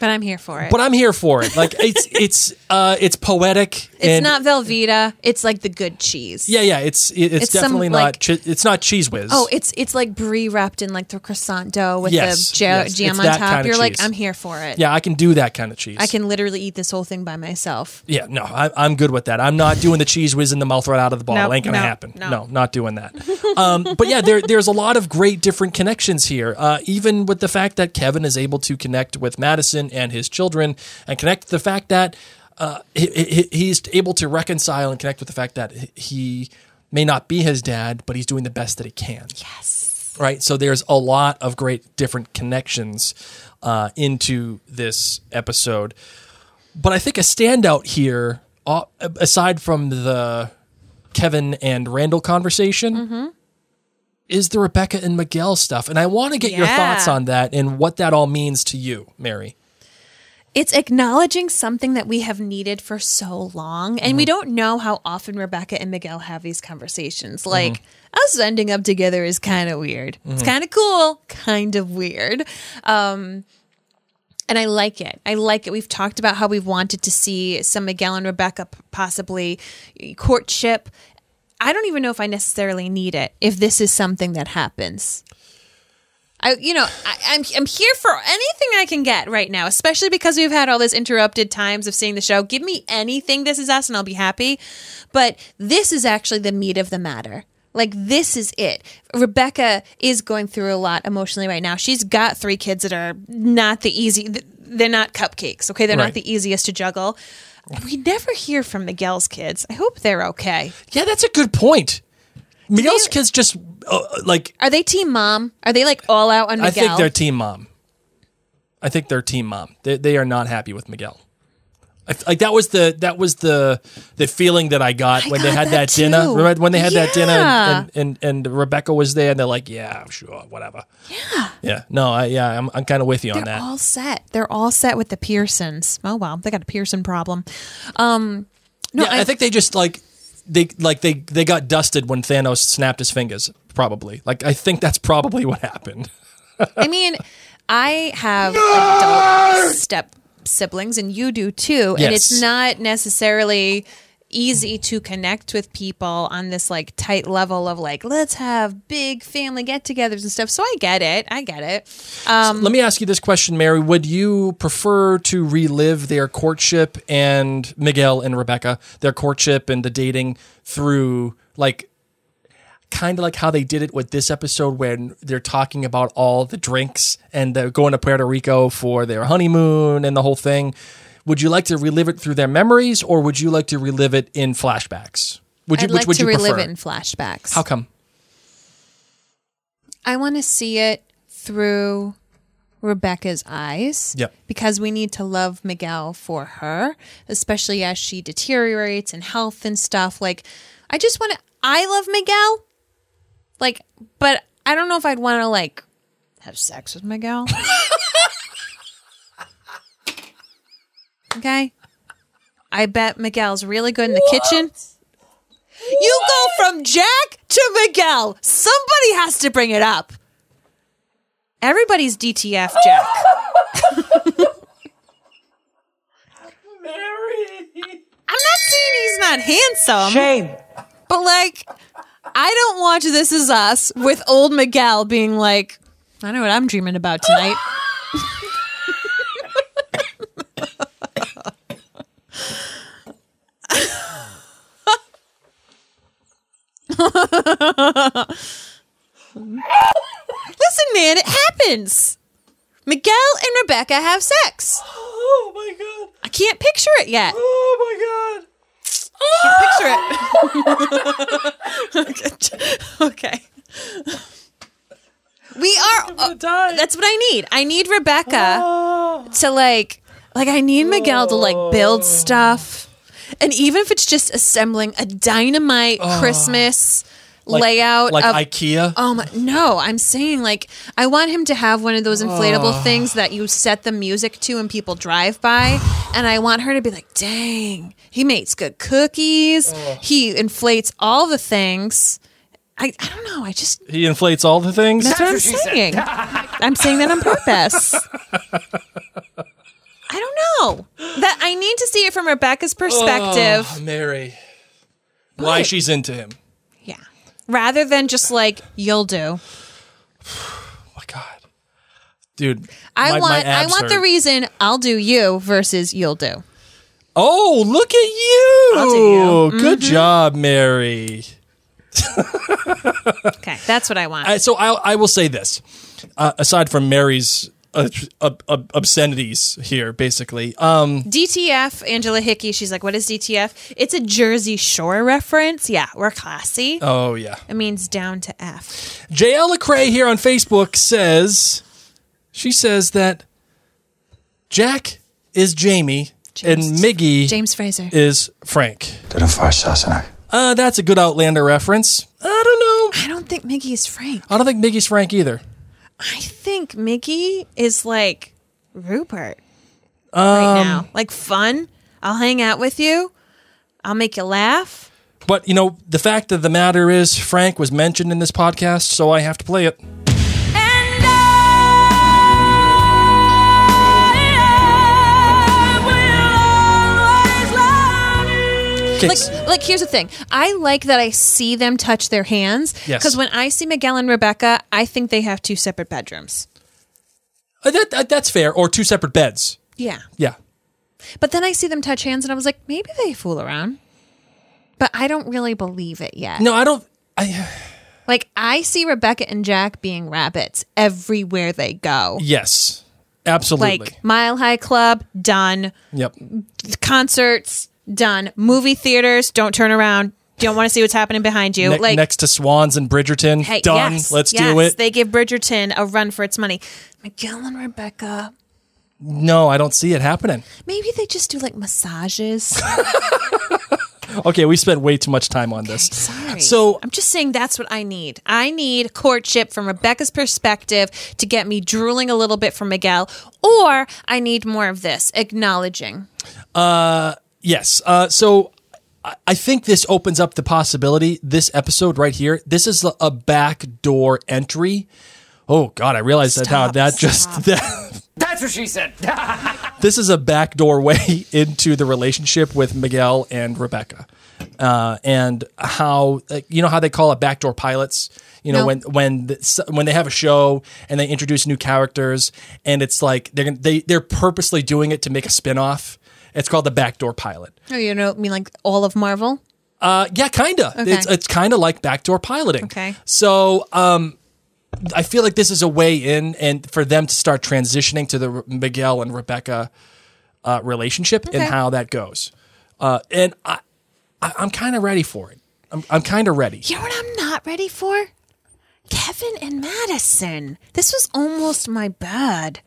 Speaker 3: But I'm here for it.
Speaker 4: But I'm here for it. Like it's it's uh it's poetic.
Speaker 3: it's not Velveeta. It's like the good cheese.
Speaker 4: Yeah, yeah. It's it, it's,
Speaker 3: It's some,
Speaker 4: definitely not.
Speaker 3: like-
Speaker 4: chi- it's not cheese whiz.
Speaker 3: Oh, it's it's like brie wrapped in like the croissant dough with
Speaker 4: Yes,
Speaker 3: the ja-
Speaker 4: yes. It's
Speaker 3: jam on
Speaker 4: that
Speaker 3: top.
Speaker 4: kind of
Speaker 3: You're like,
Speaker 4: cheese.
Speaker 3: I'm here for it.
Speaker 4: yeah. I can do that kind of cheese.
Speaker 3: I can literally eat this whole thing by myself.
Speaker 4: Yeah, no, I, I'm good with that. I'm not doing the cheese whiz in the mouth right out of the bottle.
Speaker 3: No,
Speaker 4: Ain't gonna
Speaker 3: no,
Speaker 4: happen. No.
Speaker 3: no.
Speaker 4: not doing that. Um, but yeah, there, there's a lot of great different connections here. Uh, even with the fact that Kevin is able to connect with Madison and his children, and connect the fact that uh, he, he- he's able to reconcile and connect with the fact that he may not be his dad, but he's doing the best that he can right? So there's a lot of great different connections uh, into this episode. But I think a standout here, uh, aside from the Kevin and Randall conversation, is the Rebecca and Miguel stuff. And I want to get your
Speaker 3: Yeah.
Speaker 4: thoughts on that and what that all means to you, Mary.
Speaker 3: It's acknowledging something that we have needed for so long. And we don't know how often Rebecca and Miguel have these conversations. Like, us ending up together is kind of weird. It's kind of cool, kind of weird. Um, and I like it. I like it. We've talked about how we've wanted to see some Miguel and Rebecca p- possibly courtship. I don't even know if I necessarily need it if this is something that happens. I, you know, I, I'm I'm here for anything I can get right now, especially because we've had all this interrupted times of seeing the show. Give me anything. This is us, and I'll be happy. But this is actually the meat of the matter. Like this is it. Rebecca is going through a lot emotionally right now. She's got three kids that are not the easy. th- They're not cupcakes. Okay, they're
Speaker 4: Right.
Speaker 3: not the easiest to juggle. We never hear from Miguel's kids. I hope they're okay.
Speaker 4: Yeah, that's a good point. Miguel's
Speaker 3: they-
Speaker 4: kids just uh, like
Speaker 3: Are they team mom? Are they like all out on Miguel?
Speaker 4: I think they're team mom. I think they're team mom. They, they are not happy with Miguel. I f like that was the that was the the feeling that I got when they
Speaker 3: got
Speaker 4: had that,
Speaker 3: that
Speaker 4: dinner.
Speaker 3: too.
Speaker 4: Remember when they had that dinner
Speaker 3: Yeah.
Speaker 4: and, and, and and Rebecca was there and they're like, yeah, sure, whatever. Yeah. Yeah. No, I yeah, I'm I'm kind of with you on
Speaker 3: They're
Speaker 4: that.
Speaker 3: all set. They're all set with the Pearsons. Oh wow, they got a Pearson problem. Um, no,
Speaker 4: yeah, I, think they just like they like they they got dusted when Thanos snapped his fingers. Probably. Like I think that's probably what happened.
Speaker 3: I mean, I have adult step siblings, and you do too. And
Speaker 4: Yes.
Speaker 3: it's not necessarily easy to connect with people on this like tight level of like let's have big family get-togethers and stuff. So I get it. I get it.
Speaker 4: Let me ask you this question, Mary. Would you prefer to relive their courtship and Miguel and Rebecca, their courtship and the dating through like kind of like how they did it with this episode when they're talking about all the drinks and they're going to Puerto Rico for their honeymoon and the whole thing? Would you like to relive it through their memories or would you like to relive it in flashbacks? Would you
Speaker 3: I'd
Speaker 4: which
Speaker 3: like
Speaker 4: would
Speaker 3: to
Speaker 4: you
Speaker 3: relive
Speaker 4: prefer?
Speaker 3: it in flashbacks.
Speaker 4: How come?
Speaker 3: I want to see it through Rebecca's eyes.
Speaker 4: Yep.
Speaker 3: Because we need to love Miguel for her, especially as she deteriorates in health and stuff. Like, I just want to, I love Miguel. Like, but I don't know if I'd want to, like, have sex with Miguel. okay. I bet Miguel's really good in the kitchen. You go From Jack to Miguel, somebody has to bring it up. Everybody's DTF, Jack. I'm not saying he's not handsome.
Speaker 9: Shame.
Speaker 3: But like, I don't watch This Is Us with old Miguel being like, I know what I'm dreaming about tonight. Listen, man, it happens. Miguel and Rebecca have sex.
Speaker 4: Oh my god.
Speaker 3: I can't picture it yet.
Speaker 4: Oh my god.
Speaker 3: picture it. okay. We are. uh, that's what I need. I need Rebecca
Speaker 4: Ah.
Speaker 3: to like, like I need Miguel to like
Speaker 4: Oh.
Speaker 3: build stuff, and even if it's just assembling a dynamite Christmas layout
Speaker 4: Ah. like
Speaker 3: of
Speaker 4: IKEA.
Speaker 3: Oh my, no, I'm saying like I want him to have one of those inflatable things that you set the music to and people drive by and I want her to be like, "Dang, he makes good cookies. He inflates all the things." I, I don't know. I just
Speaker 4: he inflates all the things.
Speaker 3: that's what I'm saying. I'm saying that on purpose. I don't know. That I need to see it from Rebecca's perspective.
Speaker 4: Oh, Mary. Why she's into him.
Speaker 3: Yeah. Rather than just like you'll do.
Speaker 4: Oh my god. Dude,
Speaker 3: I
Speaker 4: my- my
Speaker 3: want I
Speaker 4: abs
Speaker 3: want the
Speaker 4: hurt.
Speaker 3: reason I'll do you versus you'll do.
Speaker 4: Oh, look at you!
Speaker 3: I'll Mm-hmm. do
Speaker 4: Good job, Mary.
Speaker 3: Okay, that's what I want.
Speaker 4: I, so I, I will say this. Uh, aside from Mary's uh, ob- ob- obscenities here, basically, um,
Speaker 3: DTF, Angela Hickey, she's like, What is DTF? It's a Jersey Shore reference. Yeah, we're classy.
Speaker 4: oh yeah,
Speaker 3: It means down to F.
Speaker 4: JL Lecrae here on Facebook says she says that Jack is Jamie and
Speaker 3: James-
Speaker 4: Miggy
Speaker 3: James Fraser.
Speaker 4: is Frank.
Speaker 10: Det är den första sen här.
Speaker 4: Uh, that's a good Outlander reference. I don't know.
Speaker 3: I don't think Miggy is Frank.
Speaker 4: I don't think Miggy's Frank either.
Speaker 3: I think Miggy is like Rupert
Speaker 4: Um,
Speaker 3: right now. Like fun. I'll hang out with you. I'll make you laugh.
Speaker 4: But you know, the fact of the matter is, Frank was mentioned in this podcast, so I have to play it. Okay, s-
Speaker 3: Like, like here's the thing. I like that I see them touch their hands.
Speaker 4: Yes.
Speaker 3: Because when I see Miguel and Rebecca, I think they have two separate bedrooms.
Speaker 4: uh, that, that- that's fair. Or two separate beds.
Speaker 3: Yeah.
Speaker 4: Yeah.
Speaker 3: But then I see them touch hands and I was like, maybe they fool around. But I don't really believe it yet.
Speaker 4: No, I don't. I
Speaker 3: Like I see Rebecca and Jack being rabbits everywhere they go.
Speaker 4: yes, absolutely.
Speaker 3: Like Mile High Club, done.
Speaker 4: yep.
Speaker 3: Concerts, done. Movie theaters, don't turn around. Don't want to see what's happening behind you.
Speaker 4: Ne-
Speaker 3: like
Speaker 4: next to Swans and Bridgerton.
Speaker 3: hey,
Speaker 4: Done.
Speaker 3: yes,
Speaker 4: Let's
Speaker 3: yes,
Speaker 4: do it.
Speaker 3: They give Bridgerton a run for its money. Miguel and Rebecca.
Speaker 4: no, I don't see it happening.
Speaker 3: Maybe they just do like massages.
Speaker 4: Okay, we spent way too much time on this.
Speaker 3: Sorry.
Speaker 4: So-
Speaker 3: I'm just saying that's what I need. I need courtship from Rebecca's perspective to get me drooling a little bit from Miguel, or I need more of this acknowledging.
Speaker 4: Yes. Uh, so I- I think this opens up the possibility. This episode right here, this is a- a backdoor entry. Oh God, I realized that how
Speaker 3: Stop,
Speaker 4: that just that.
Speaker 9: That's what she said.
Speaker 4: This is a backdoor way into the relationship with Miguel and Rebecca, uh, and how like, you know how they call it backdoor pilots. You know
Speaker 3: No.
Speaker 4: when when the, s- when they have a show and they introduce new characters, and it's like they're gonna, they they're purposely doing it to make a spinoff. It's called the backdoor pilot.
Speaker 3: Oh, you know, I mean, like all of Marvel.
Speaker 4: Uh, yeah, kinda.
Speaker 3: Okay.
Speaker 4: It's it's kind of like backdoor piloting.
Speaker 3: Okay.
Speaker 4: So um, I feel like this is a way in, and for them to start transitioning to the R- Miguel and Rebecca uh, relationship
Speaker 3: Okay.
Speaker 4: and how that goes. Uh, and I, I I'm kind of ready for it. I'm I'm kind of ready.
Speaker 3: You know what I'm not ready for? Kevin and Madison. This was almost my bad.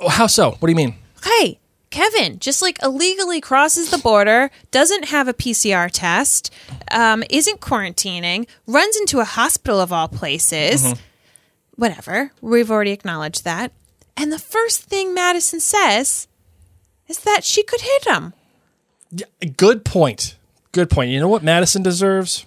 Speaker 4: Oh, How so? What do you mean?
Speaker 3: Okay, Kevin just like illegally crosses the border, doesn't have a PCR test, um, isn't quarantining, runs into a hospital of all places. Whatever. We've already acknowledged that. And the first thing Madison says is that she could hit him.
Speaker 4: Good point. Good point. You know what Madison deserves?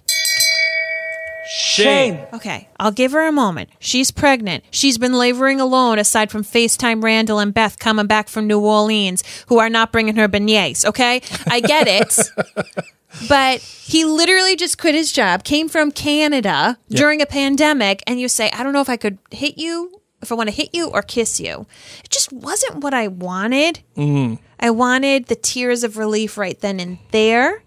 Speaker 4: Shame.
Speaker 3: Okay, I'll give her a moment. She's pregnant. She's been laboring alone aside from FaceTime Randall and Beth coming back from New Orleans, who are not bringing her beignets, okay? I get it. but he literally just quit his job, came from Canada during a pandemic, and you say, I don't know if I could hit you, if I want to hit you or kiss you. It just wasn't what I wanted. I wanted the tears of relief right then and there.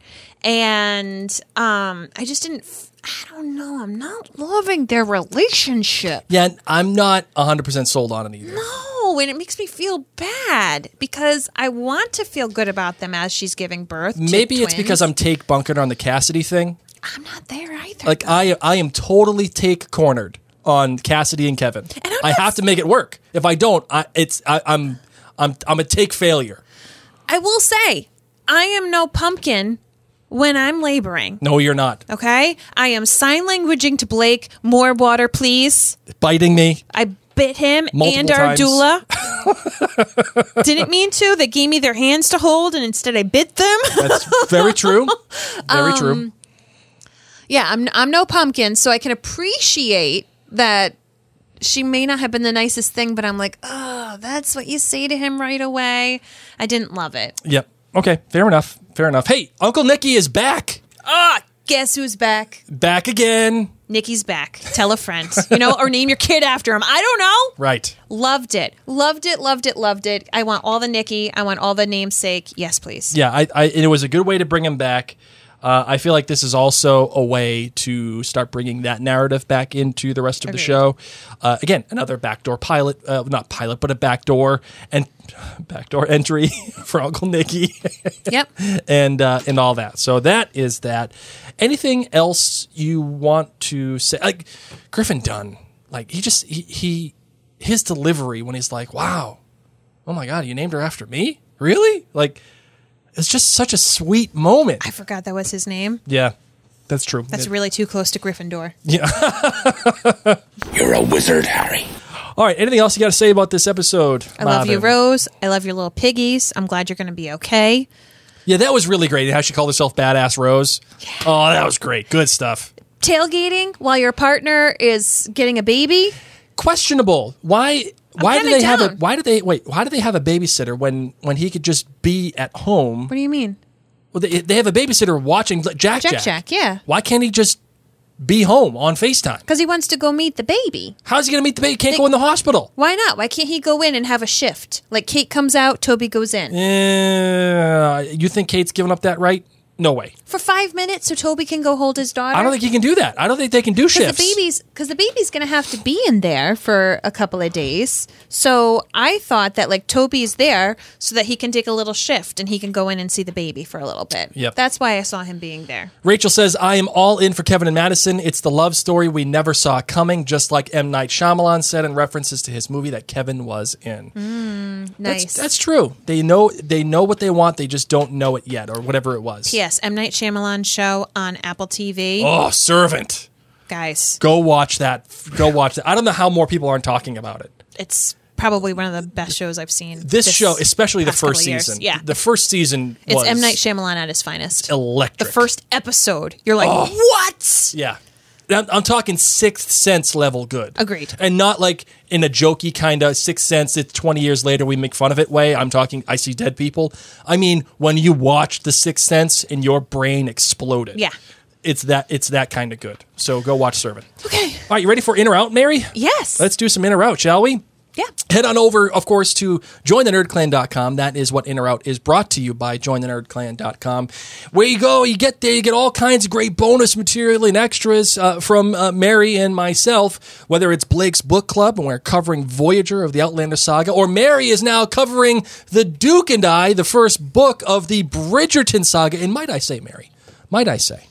Speaker 3: And um, I just didn't, f- I don't know, I'm not loving their relationship.
Speaker 4: Yeah, and I'm not 100% sold on it either.
Speaker 3: No, and it makes me feel bad because I want to feel good about them as she's giving birth. to
Speaker 4: Maybe it's because
Speaker 3: twins.
Speaker 4: I'm take bunkered on the Cassidy thing.
Speaker 3: I'm not there either.
Speaker 4: Like I I am totally take cornered on Cassidy and Kevin.
Speaker 3: I'm
Speaker 4: I
Speaker 3: not-
Speaker 4: have to make it work. If I don't, I it's I, I'm I'm I'm a take failure.
Speaker 3: I will say, I am no pumpkin when I'm laboring.
Speaker 4: No, you're not.
Speaker 3: Okay, I am sign languaging to Blake. More water, please.
Speaker 4: Biting me.
Speaker 3: I bit him
Speaker 4: Multiple
Speaker 3: and our
Speaker 4: times.
Speaker 3: doula. Didn't mean to. They gave me their hands to hold, and instead I bit them.
Speaker 4: That's very true. Very true.
Speaker 3: Um, yeah, I'm I'm no pumpkin, so I can appreciate that she may not have been the nicest thing, but I'm like, oh, that's what you say to him right away. I didn't love it.
Speaker 4: Yep. Okay. Fair enough. Fair enough. Hey, Uncle Nicky is back.
Speaker 3: Ah, Guess who's back?
Speaker 4: Back again.
Speaker 3: Nikki's back. Tell a friend, you know, or name your kid after him. I don't know.
Speaker 4: Right.
Speaker 3: Loved it. Loved it. Loved it. Loved it. I want all the Nikki. I want all the namesake. Yes, please.
Speaker 4: Yeah. I, I. It was a good way to bring him back. Uh, I feel like this is also a way to start bringing that narrative back into the rest of the
Speaker 3: Agreed.
Speaker 4: show. Uh, again, another backdoor pilot, uh, not pilot, but a backdoor and backdoor entry for Uncle Nicky.
Speaker 3: Yep.
Speaker 4: and uh, and all that. So that is that. Anything else you want to say? Like Griffin Dunn, like he just he, he his delivery when he's like, "Wow, oh my god, you named her after me? Really?" Like it's just such a sweet moment.
Speaker 3: I forgot that was his name.
Speaker 4: yeah, that's true.
Speaker 3: That's really too close to Gryffindor.
Speaker 9: You're a wizard, Harry.
Speaker 4: all right. Anything else you got to say about this episode?
Speaker 3: I love you,
Speaker 4: Marvin?
Speaker 3: Rose. I love your little piggies. I'm glad you're going to be okay.
Speaker 4: Yeah, that was really great. How she called herself Badass Rose. Oh, that was great. Good stuff.
Speaker 3: Tailgating while your partner is getting a baby.
Speaker 4: questionable. Why? Why do
Speaker 3: kinda
Speaker 4: they have a?
Speaker 3: down.
Speaker 4: Why do they wait? Why do they have a babysitter when when he could just be at home?
Speaker 3: What do you mean?
Speaker 4: Well, they, they have a babysitter watching like, Jack Jack.
Speaker 3: Jack Jack, yeah.
Speaker 4: Why can't he just be home on Facetime?
Speaker 3: Because he wants to go meet the baby.
Speaker 4: How's he gonna meet the baby? Can't go in the hospital.
Speaker 3: Why not? Why can't he go in and have a shift? Like Kate comes out, Toby goes in
Speaker 4: Eh. Yeah, Eh, you think Kate's giving up that right? No way.
Speaker 3: for five minutes so Toby can go hold his daughter.
Speaker 4: I don't think he can do that. I don't think they can do
Speaker 3: because
Speaker 4: shifts.
Speaker 3: the baby's because the baby's gonna have to be in there for a couple of days. So I thought that like Toby's there so that he can take a little shift and he can go in and see the baby for a little bit.
Speaker 4: Yep.
Speaker 3: That's why I saw him being there.
Speaker 4: Rachel says, I am all in for Kevin and Madison. It's the love story we never saw coming, just like M. Night Shyamalan said in references to his movie that Kevin was in.
Speaker 3: Nice.
Speaker 4: That's, that's true. They know they know what they want. They just don't know it yet, or whatever it was.
Speaker 3: yes, M Night Shyamalan show on Apple TV.
Speaker 4: Oh, servant.
Speaker 3: Guys,
Speaker 4: Go watch that. Go watch that. I don't know how more people aren't talking about it.
Speaker 3: it's probably one of the best shows I've seen.
Speaker 4: This, show, especially the
Speaker 3: past couple
Speaker 4: first
Speaker 3: of years.
Speaker 4: season.
Speaker 3: Yeah.
Speaker 4: the first season
Speaker 3: it's
Speaker 4: was
Speaker 3: M Night Shyamalan at his finest.
Speaker 4: electric. Oh.
Speaker 3: The first episode, you're like, what?
Speaker 4: Yeah. I'm, I'm talking sixth sense level good.
Speaker 3: Agreed.
Speaker 4: And not like in a jokey kind of sixth sense, it's 20 years later we make fun of it way. I'm talking, I see dead people. I mean, when you watch The Sixth Sense and your brain exploded.
Speaker 3: Yeah.
Speaker 4: It's that it's that kind of good. So go watch Servant.
Speaker 3: Okay.
Speaker 4: All right, you ready for in or out, Mary?
Speaker 3: Yes.
Speaker 4: Let's do some in or out, shall we?
Speaker 3: yeah.
Speaker 4: Head on over, of course, to jointhenerdclan.com. That is what In or Out is brought to you by jointhenerdclan.com. Where you go, you get there, you get all kinds of great bonus material and extras uh, from uh, Mary and myself, whether it's Blake's book club and we're covering Voyager of the Outlander saga, or Mary is now covering The Duke and I, the first book of the Bridgerton saga. And might I say, Mary, might I say,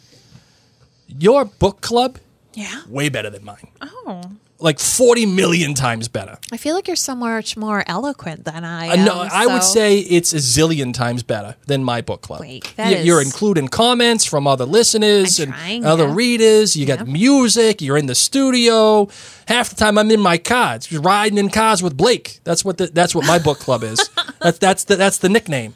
Speaker 4: your book club,
Speaker 3: Yeah.
Speaker 4: way better than mine. Oh. Like 40 million times better.
Speaker 3: I feel like you're so much more eloquent than I
Speaker 4: Uh,
Speaker 3: am.
Speaker 4: no, I would
Speaker 3: so-
Speaker 4: say it's a zillion times better than my book club.
Speaker 3: Wait, that
Speaker 4: You- you're
Speaker 3: is-
Speaker 4: including comments from other listeners
Speaker 3: I'm
Speaker 4: and
Speaker 3: trying,
Speaker 4: other
Speaker 3: yeah.
Speaker 4: readers. You got music. You're in the studio. Half the time, I'm in my car, It's riding in cars with Blake. That's what the, that's what my book club is. that's that's the, that's the nickname.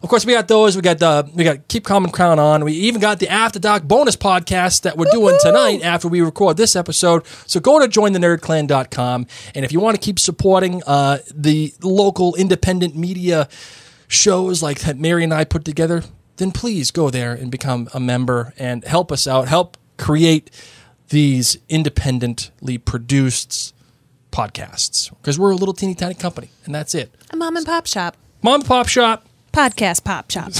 Speaker 4: Of course, we got those. We got the we got keep calm and crown on. We even got the after doc bonus podcast that we're doing tonight after we record this episode. So go to jointhenerdclan.com. and if you want to keep supporting uh, the local independent media shows like that Mary and I put together, then please go there and become a member and help us out. Help create these independently produced podcasts because we're a little teeny tiny company and that's it.
Speaker 3: A mom and pop shop.
Speaker 4: Mom and Pop Shop.
Speaker 3: Podcast pop shop.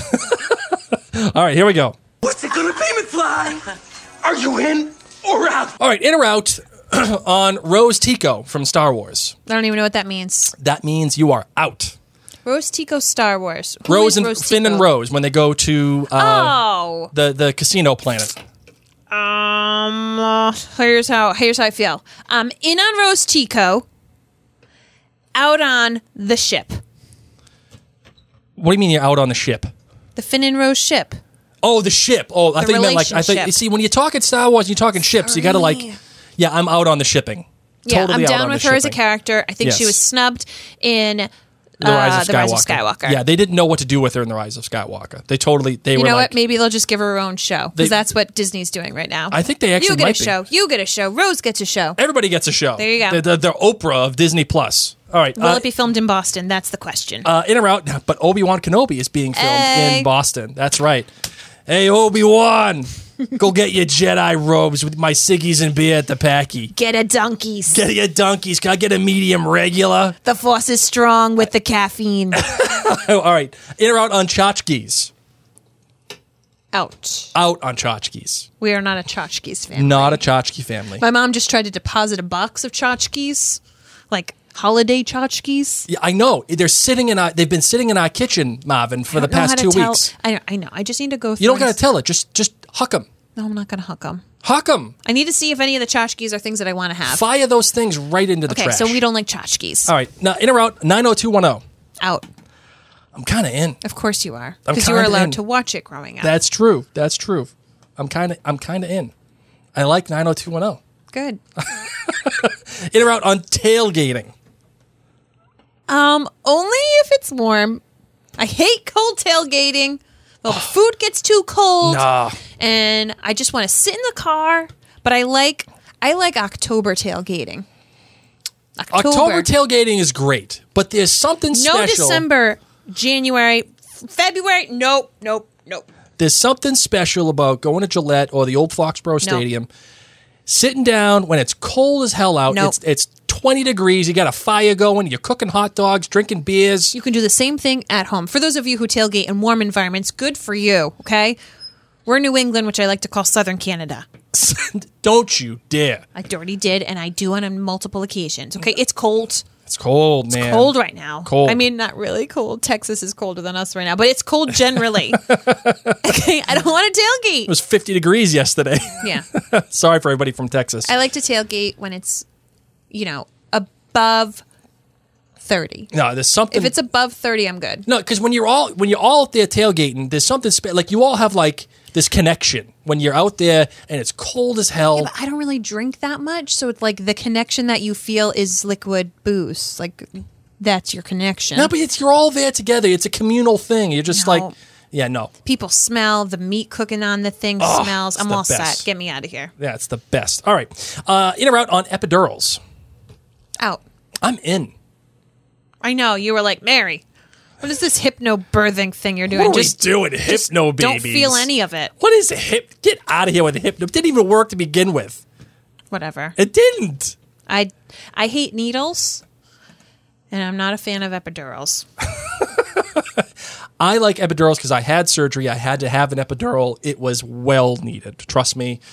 Speaker 4: All right, here we go.
Speaker 9: What's it gonna be, McFly? Are you in or out?
Speaker 4: All right, in or out on Rose Tico from Star Wars.
Speaker 3: I don't even know what that means.
Speaker 4: That means you are out.
Speaker 3: Rose Tico Star Wars. Who
Speaker 4: Rose
Speaker 3: is
Speaker 4: and
Speaker 3: Rose
Speaker 4: Finn
Speaker 3: Tico?
Speaker 4: and Rose when they go to uh,
Speaker 3: Oh.
Speaker 4: the the casino planet.
Speaker 3: Um. uh, here's how. Here's how I feel. Um. In on Rose Tico. Out on the ship.
Speaker 4: What do you mean you're out on the ship?
Speaker 3: The Finn and Rose ship.
Speaker 4: Oh, the ship. Oh, I
Speaker 3: The
Speaker 4: think you meant like I think you
Speaker 3: relationship.
Speaker 4: see when you're talking Star Wars, and you're talking ships. You got to like, yeah, I'm out on the shipping.
Speaker 3: Yeah,
Speaker 4: totally
Speaker 3: I'm
Speaker 4: out
Speaker 3: down
Speaker 4: on
Speaker 3: with
Speaker 4: the
Speaker 3: her as a
Speaker 4: shipping.
Speaker 3: character. I think she
Speaker 4: Yes.
Speaker 3: was snubbed in
Speaker 4: The, Rise,
Speaker 3: uh,
Speaker 4: of
Speaker 3: The Rise of Skywalker.
Speaker 4: Yeah, they didn't know what to do with her in the Rise of Skywalker. They totally they
Speaker 3: You
Speaker 4: were
Speaker 3: know
Speaker 4: like,
Speaker 3: what? Maybe they'll just give her her own show
Speaker 4: They-
Speaker 3: because that's what Disney's doing right now.
Speaker 4: I think they actually
Speaker 3: you get
Speaker 4: might
Speaker 3: a
Speaker 4: be. Uh,
Speaker 3: show. You get a show. Rose gets a show.
Speaker 4: everybody gets a show.
Speaker 3: There you go.
Speaker 4: They're, they're- they're Oprah of Disney Plus. All right,
Speaker 3: Will
Speaker 4: uh,
Speaker 3: it be filmed in Boston? That's the question.
Speaker 4: uh, in or out? But Obi Wan Kenobi is being filmed
Speaker 3: Hey.
Speaker 4: in Boston. That's right. Hey Obi Wan, go get your Jedi robes with my ciggies and beer at the packy.
Speaker 3: get a donkey's.
Speaker 4: Get your donkeys. Can I get a medium regular?
Speaker 3: the force is strong with the caffeine.
Speaker 4: Oh, all right. In or out on tchotchkes?
Speaker 3: Ouch.
Speaker 4: Out on tchotchkes.
Speaker 3: We are not a tchotchkes fan.
Speaker 4: Not a tchotchke family.
Speaker 3: My mom just tried to deposit a box of tchotchkes, like holiday tchotchkes.
Speaker 4: Yeah, I know. They're sitting in our, they've been sitting in our kitchen, Marvin, for
Speaker 3: I
Speaker 4: the
Speaker 3: don't know how
Speaker 4: past
Speaker 3: to
Speaker 4: two
Speaker 3: tell-
Speaker 4: weeks.
Speaker 3: I know. I know. I just need to go through.
Speaker 4: You don't got
Speaker 3: and-
Speaker 4: to tell it. Just, just huck them.
Speaker 3: No, I'm not going to hook them.
Speaker 4: Huck them.
Speaker 3: I need to see if any of the tchotchkes are things that I want to have.
Speaker 4: Fire those things right into
Speaker 3: Uh,
Speaker 4: the
Speaker 3: okay,
Speaker 4: trash.
Speaker 3: so we don't like tchotchkes.
Speaker 4: All right. Now, in or out, 90210.
Speaker 3: Out.
Speaker 4: I'm kind of in.
Speaker 3: Of course you are.
Speaker 4: I'm
Speaker 3: Because you were
Speaker 4: kinda
Speaker 3: allowed
Speaker 4: in.
Speaker 3: to watch it growing up.
Speaker 4: That's true. That's true. I'm kind of, I'm kind of in. I like 90210.
Speaker 3: Good.
Speaker 4: In or out on tailgating.
Speaker 3: Um, only if it's warm. I hate cold tailgating. Well, the food gets too cold.
Speaker 4: Nah.
Speaker 3: And I just want to sit in the car, but I like I like October tailgating. October.
Speaker 4: October tailgating is great, but there's something special.
Speaker 3: no December, January, F- February. Nope, nope, nope.
Speaker 4: There's something special about going to Gillette or the old Foxborough Stadium, sitting down when it's cold as hell out.
Speaker 3: Nope.
Speaker 4: It's, it's 20 degrees. You got a fire going. You're cooking hot dogs, drinking beers.
Speaker 3: You can do the same thing at home. For those of you who tailgate in warm environments, good for you, okay? We're New England, which I like to call Southern Canada.
Speaker 4: Don't you dare.
Speaker 3: I already did, and I do on multiple occasions, okay? It's cold.
Speaker 4: It's cold, man.
Speaker 3: cold right now.
Speaker 4: Cold.
Speaker 3: I mean, not really cold. Texas is colder than us right now, but it's cold generally. okay, I don't want to
Speaker 4: It
Speaker 3: tailgate.
Speaker 4: was 50 degrees yesterday.
Speaker 3: Yeah,
Speaker 4: Sorry for everybody from Texas.
Speaker 3: I like to tailgate when it's, you know, above thirty.
Speaker 4: no, there's something.
Speaker 3: If it's above thirty, I'm good.
Speaker 4: No, because when you're all when you're all out there tailgating, there's something spe- like you all have like this connection when you're out there and it's cold as hell.
Speaker 3: But I don't really drink that much, so it's like the connection that you feel is liquid booze. Like that's your connection.
Speaker 4: no, but it's you're all there together. It's a communal thing. You're just
Speaker 3: No.
Speaker 4: like, yeah, no,
Speaker 3: People smell the meat cooking on the thing smells.
Speaker 4: it's
Speaker 3: I'm
Speaker 4: the
Speaker 3: all
Speaker 4: best.
Speaker 3: set. Get me out of here.
Speaker 4: that's the best. All right, uh, in or out on epidurals?
Speaker 3: Out.
Speaker 4: I'm in.
Speaker 3: I know you were like Mary. What is this hypnobirthing thing you're doing?
Speaker 4: what are
Speaker 3: just
Speaker 4: we doing? Hypno
Speaker 3: don't
Speaker 4: babies.
Speaker 3: feel any of it.
Speaker 4: What is hip? Get out of here with hypno. It didn't even work to begin with.
Speaker 3: Whatever.
Speaker 4: It didn't.
Speaker 3: I I hate needles, and I'm not a fan of epidurals.
Speaker 4: I like epidurals because I had surgery. I had to have an epidural. It was well needed. Trust me.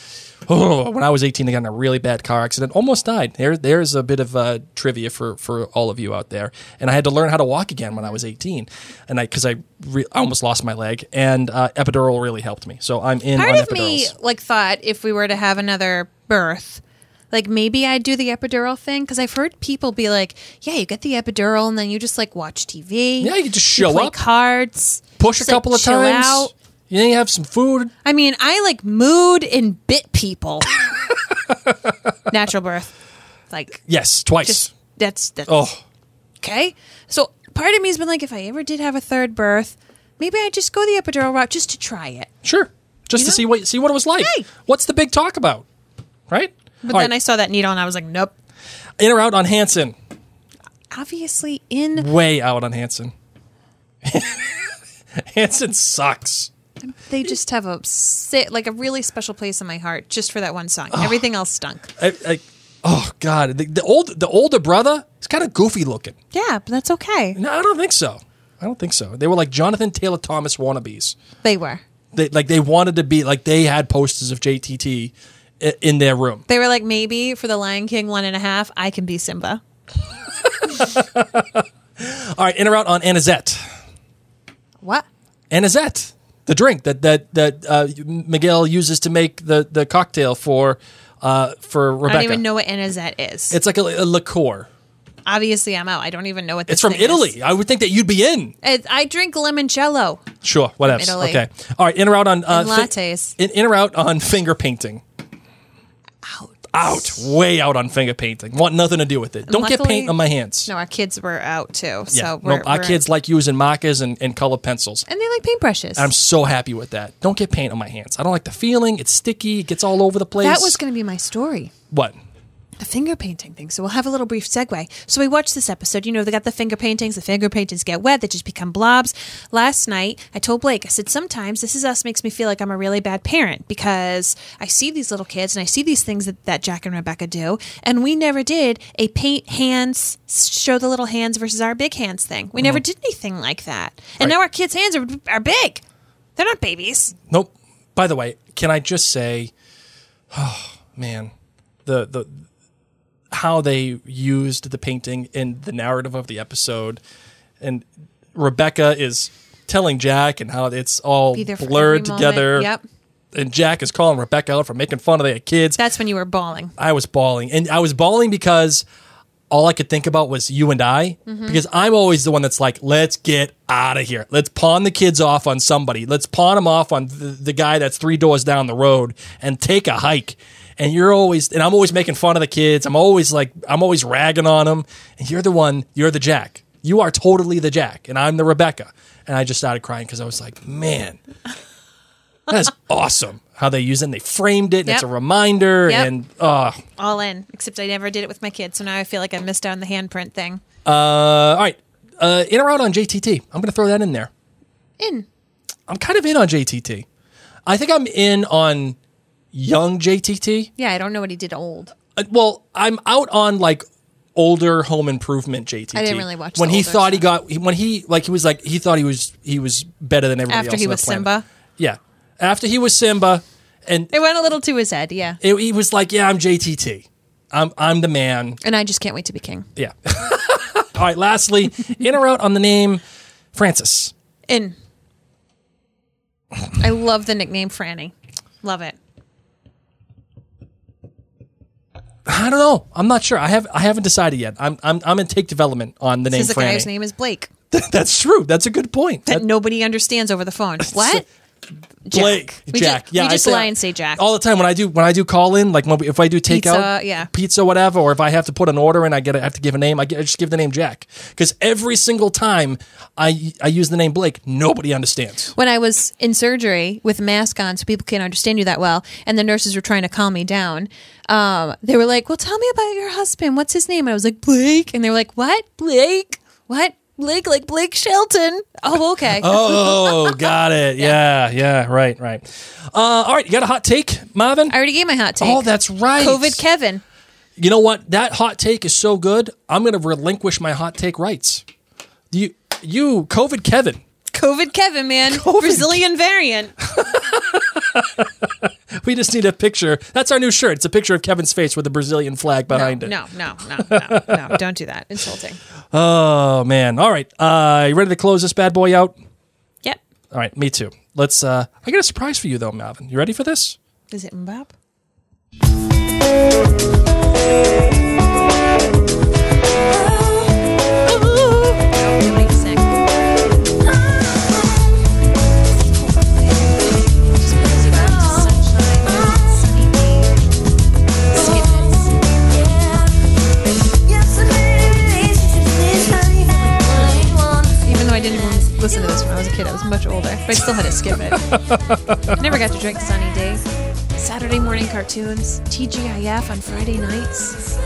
Speaker 4: Oh, when I was 18, I got in a really bad car accident. Almost died. There, there's a bit of uh, trivia for, for all of you out there. And I had to learn how to walk again when I was 18, and I because I, re- I almost lost my leg. And uh, epidural really helped me. So I'm in
Speaker 3: Part
Speaker 4: on
Speaker 3: of
Speaker 4: epidurals.
Speaker 3: me like thought if we were to have another birth. Like maybe I'd do the epidural thing because I've heard people be like, "Yeah, you get the epidural and then you just like watch TV.
Speaker 4: Yeah, you can just show
Speaker 3: play
Speaker 4: up.
Speaker 3: cards,
Speaker 4: Push a
Speaker 3: just, like,
Speaker 4: couple of
Speaker 3: chill
Speaker 4: times.
Speaker 3: out.
Speaker 4: Yeah, you have some food.
Speaker 3: I mean, I like mooed and bit people. Natural birth, like
Speaker 4: Yes, twice.
Speaker 3: just that's that's
Speaker 4: oh,
Speaker 3: okay. So part of me has been like, if I ever did have a third birth, maybe I just go the epidural route just to try it.
Speaker 4: Sure. Just to
Speaker 3: know?
Speaker 4: see what see what it was like.
Speaker 3: Hey.
Speaker 4: What's the big talk about? Right?
Speaker 3: But then I saw that needle and I was like, nope.
Speaker 4: I in or out on Hanson.
Speaker 3: Obviously, in
Speaker 4: Way out on Hanson. Hanson sucks.
Speaker 3: they just have a sit like a really special place in my heart just for that one song. Everything else stunk.
Speaker 4: I, I, oh God. The, the old the older brother, he's kind of goofy looking.
Speaker 3: Yeah, but that's okay.
Speaker 4: No, I don't think so. I don't think so. They were like Jonathan Taylor Thomas wannabes.
Speaker 3: They were.
Speaker 4: They like they wanted to be like they had posters of JTT i- in their room.
Speaker 3: They were like, maybe for the Lion King one and a half, I can be Simba.
Speaker 4: All right, in or out on Anisette.
Speaker 3: What?
Speaker 4: Anisette, the drink that that that uh, Miguel uses to make the the cocktail for uh, for
Speaker 3: I
Speaker 4: Rebecca.
Speaker 3: don't even know what Anisette is.
Speaker 4: It's like a, a liqueur.
Speaker 3: Obviously, I'm out. I don't even know what this
Speaker 4: It's from
Speaker 3: thing is.
Speaker 4: Italy. I would think that you'd be in.
Speaker 3: It- I drink limoncello.
Speaker 4: Sure, whatever.
Speaker 3: Italy.
Speaker 4: Okay. All right, in or out on uh,
Speaker 3: And lattes.
Speaker 4: In, in or out on finger painting. Out, way out on finger painting. Want nothing to do with it. Don't get
Speaker 3: Luckily-
Speaker 4: paint on my hands.
Speaker 3: No, our kids were out too. So
Speaker 4: yeah,
Speaker 3: we're,
Speaker 4: no, our
Speaker 3: we're-
Speaker 4: kids like using markers and, and color pencils.
Speaker 3: and they like paintbrushes.
Speaker 4: I'm so happy with that. Don't get paint on my hands. I don't like the feeling. It's sticky. It gets all over the place.
Speaker 3: that was going to be my story.
Speaker 4: what?
Speaker 3: the finger painting thing. So we'll have a little brief segue. So we watched this episode. You know, they got the finger paintings. The finger paintings get wet. They just become blobs. Last night, I told Blake, I said, sometimes This Is Us makes me feel like I'm a really bad parent because I see these little kids and I see these things that, that Jack and Rebecca do. And we never did a paint hands, show the little hands versus our big hands thing. We never did anything like that. And now our kids' hands are, are big. They're not babies.
Speaker 4: Nope. By the way, can I just say, oh, man, the the how they used the painting in the narrative of the episode, and Rebecca is telling Jack and how it's all
Speaker 3: Be there for
Speaker 4: blurred
Speaker 3: every moment.
Speaker 4: together.
Speaker 3: Yep.
Speaker 4: And Jack is calling Rebecca out for making fun of their kids.
Speaker 3: That's when you were bawling.
Speaker 4: I was bawling, and I was bawling because all I could think about was you and I,
Speaker 3: Mm-hmm.
Speaker 4: because I'm always the one that's like, let's get out of here. Let's pawn the kids off on somebody. Let's pawn them off on the, the guy that's three doors down the road and take a hike. And you're always, and I'm always making fun of the kids. I'm always like, I'm always ragging on them. And you're the one, you're the Jack. You are totally the Jack, and I'm the Rebecca. And I just started crying because I was like, man, that's awesome how they use it. And they framed it, and it's a
Speaker 3: Yep.
Speaker 4: reminder.
Speaker 3: Yep.
Speaker 4: And, oh,
Speaker 3: All in, except I never did it with my kids. So now I feel like I missed out on the handprint thing.
Speaker 4: Uh, all right. Uh, in or out on JTT? I'm going to throw that in there.
Speaker 3: In.
Speaker 4: I'm kind of in on JTT. I think I'm in on young JTT.
Speaker 3: Yeah, I don't know what he did old.
Speaker 4: Uh, well, I'm out on like older home improvement JTT.
Speaker 3: I didn't really watch
Speaker 4: when
Speaker 3: the
Speaker 4: he
Speaker 3: older
Speaker 4: thought he got he- when he like he was like he thought he was he was better than everybody
Speaker 3: After
Speaker 4: else.
Speaker 3: he
Speaker 4: on the
Speaker 3: was
Speaker 4: planet.
Speaker 3: Simba?
Speaker 4: Yeah, after he was Simba, and
Speaker 3: It went a little to his head, yeah.
Speaker 4: it, he was like, yeah, I'm JTT. I'm I'm the man.
Speaker 3: And I just can't wait to be king.
Speaker 4: Yeah. all right. Lastly, in or out on the name Francis.
Speaker 3: In. I love the nickname Franny. Love it.
Speaker 4: I don't know. I'm not sure. I have I haven't decided yet. I'm I'm, I'm in take development on the name
Speaker 3: Because the
Speaker 4: Franny.
Speaker 3: guy's name is Blake.
Speaker 4: That's true. That's a good point.
Speaker 3: That nobody understands over the phone. What? Jack.
Speaker 4: Blake,
Speaker 3: We
Speaker 4: Jack.
Speaker 3: just,
Speaker 4: yeah,
Speaker 3: we
Speaker 4: I Oh,
Speaker 3: just
Speaker 4: say-
Speaker 3: lie and say Jack.
Speaker 4: all the time when I do when I do call in. Like when we- if I do takeout,
Speaker 3: Pizza, yeah.
Speaker 4: pizza, whatever, or if I have to put an order and I get I have to give a name, I, get, I just give the name Jack because every single time I I use the name Blake, nobody understands.
Speaker 3: when I was in surgery with a mask on, so people can't understand you that well, and the nurses were trying to calm me down, um, they were like, "Well, tell me about your husband. What's his name?" And I was like, "Blake," and they were like, "What, Blake? What, Blake? Like Blake Shelton?" Oh, okay.
Speaker 4: Oh, got it. Yeah, yeah, right, right. Uh, all right, you got a hot take, Marvin?
Speaker 3: I already gave my hot take.
Speaker 4: oh, that's right.
Speaker 3: COVID, Kevin.
Speaker 4: you know what? That hot take is so good. I'm going to relinquish my hot take rights. You, you, COVID, Kevin.
Speaker 3: COVID, Kevin, man. Brazilian variant.
Speaker 4: We just need a picture. That's our new shirt. It's a picture of Kevin's face with a Brazilian flag behind it.
Speaker 3: No, no, no, no, no. Don't do that. Insulting.
Speaker 4: Oh man! All right, uh, you ready to close this bad boy out?
Speaker 3: Yep.
Speaker 4: All right, me too. Let's. Uh, I got a surprise for you though, Malvin. You ready for this?
Speaker 3: Is it Mbop? Even though I didn't even listen to this when I was a kid, I was much older, but I still had to skip it. Never got to drink Sunny Day. Saturday morning cartoons, TGIF on Friday nights,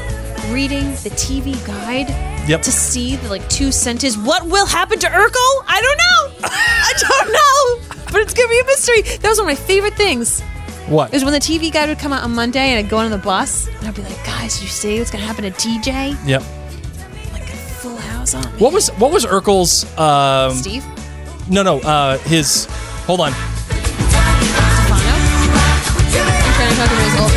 Speaker 3: reading the TV guide
Speaker 4: Yep.
Speaker 3: to see the like two sentence what will happen to Urkel? I don't know. I don't know. But it's gonna be a mystery. That was one of my favorite things.
Speaker 4: What?
Speaker 3: It was when the TV guide would come out on Monday and I'd go on the bus and I'd be like, guys, you see what's gonna happen to TJ?
Speaker 4: Yep.
Speaker 3: Like a full house on me.
Speaker 4: What was what was Urkel's? Um,
Speaker 3: Steve?
Speaker 4: no, no. Uh, his. Hold on.
Speaker 3: Stefano? I'm trying to talk about his old.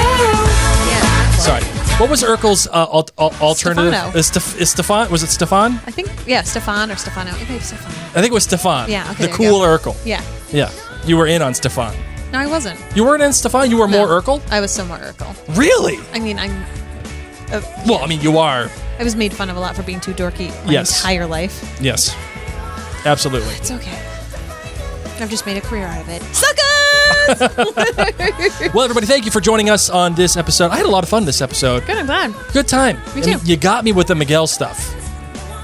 Speaker 3: Yeah.
Speaker 4: Sorry. What was Urkel's uh, al- al- alternative?
Speaker 3: Stefano.
Speaker 4: Is Stef- is Stefan? Was it Stefan?
Speaker 3: I think, yeah, Stefan or Stefano. It might be Stefano.
Speaker 4: I think it was Stefan.
Speaker 3: Yeah, okay,
Speaker 4: The
Speaker 3: there you
Speaker 4: cool
Speaker 3: go.
Speaker 4: Urkel.
Speaker 3: Yeah.
Speaker 4: Yeah. You were in on Stefan.
Speaker 3: No, I wasn't.
Speaker 4: You weren't in Stefan. You were
Speaker 3: No.
Speaker 4: more Urkel.
Speaker 3: I was so more Urkel.
Speaker 4: Really?
Speaker 3: I mean, I'm.
Speaker 4: Well, I mean, you are.
Speaker 3: I was made fun of a lot for being too dorky my
Speaker 4: Yes.
Speaker 3: entire life.
Speaker 4: Yes. Absolutely.
Speaker 3: It's okay. I've just made a career out of it. Suckers!
Speaker 4: Well, everybody, thank you for joining us on this episode. I had a lot of fun this episode.
Speaker 3: Good, I'm glad.
Speaker 4: Good time.
Speaker 3: Me too.
Speaker 4: And you got me with the Miguel stuff.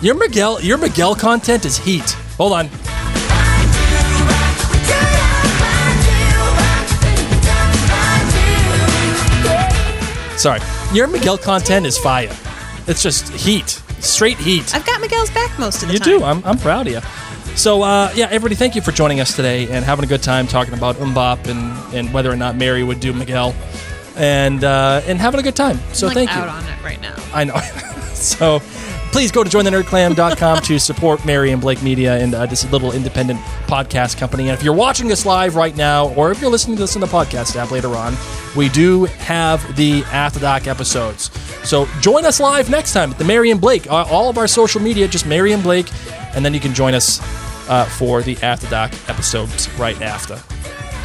Speaker 4: Your Miguel, your Miguel content is heat. Hold on. Sorry. Your Miguel content is fire. It's just heat. Straight heat.
Speaker 3: I've got Miguel's back most of the
Speaker 4: You
Speaker 3: time.
Speaker 4: do. I'm, I'm proud of you. So, uh, yeah, everybody, thank you for joining us today and having a good time talking about Umbop and, and whether or not Mary would do Miguel and uh, and having a good time. So,
Speaker 3: I'm, like,
Speaker 4: thank you.
Speaker 3: out on it right now.
Speaker 4: I know. so please go to jointhenerdclan.com to support Mary and Blake Media and uh, this little independent podcast company. And if you're watching us live right now, or if you're listening to this in the podcast app later on, we do have the After Doc episodes. So join us live next time at the Mary and Blake. Uh, all of our social media, just Mary and Blake, and then you can join us uh, for the After Doc episodes right after.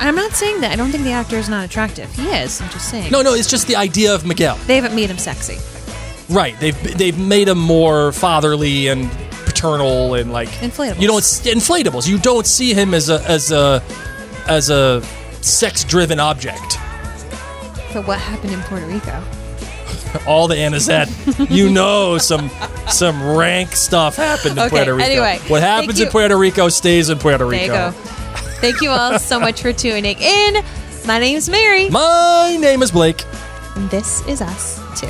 Speaker 3: I'm not saying that. I don't think the actor is not attractive. He is. I'm just saying.
Speaker 4: No, no, it's just the idea of Miguel.
Speaker 3: They haven't made him sexy.
Speaker 4: Right. They've they've made them more fatherly and paternal and like
Speaker 3: Inflatables.
Speaker 4: You don't s- inflatables. You don't see him as a as a as a sex driven object.
Speaker 3: But what happened in Puerto Rico?
Speaker 4: All the Anna said, you know some some rank stuff happened in
Speaker 3: Okay,
Speaker 4: Puerto Rico.
Speaker 3: anyway,
Speaker 4: what
Speaker 3: thank
Speaker 4: happens in
Speaker 3: you.
Speaker 4: Puerto Rico stays in Puerto
Speaker 3: There you go.
Speaker 4: Rico.
Speaker 3: Thank you all so much for tuning in. My name's Mary.
Speaker 4: My name is Blake.
Speaker 3: and this is us too.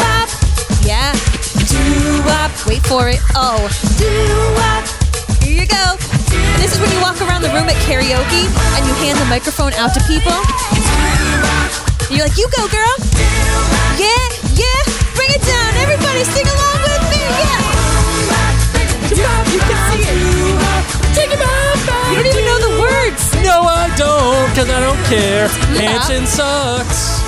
Speaker 3: Bop. Yeah. Do wop. Wait for it. Oh. Do wop. Here you go. And this is when you walk around the room at karaoke and you hand the microphone out to people. And you're like, you go, girl. Yeah, yeah. Bring it down. Everybody sing along with me. Yeah. Bob, you can see it. Take it off.
Speaker 4: Oh, uh,
Speaker 3: You don't even know the words.
Speaker 4: No, I don't, because I don't care.
Speaker 3: Yeah.
Speaker 4: Hanson sucks.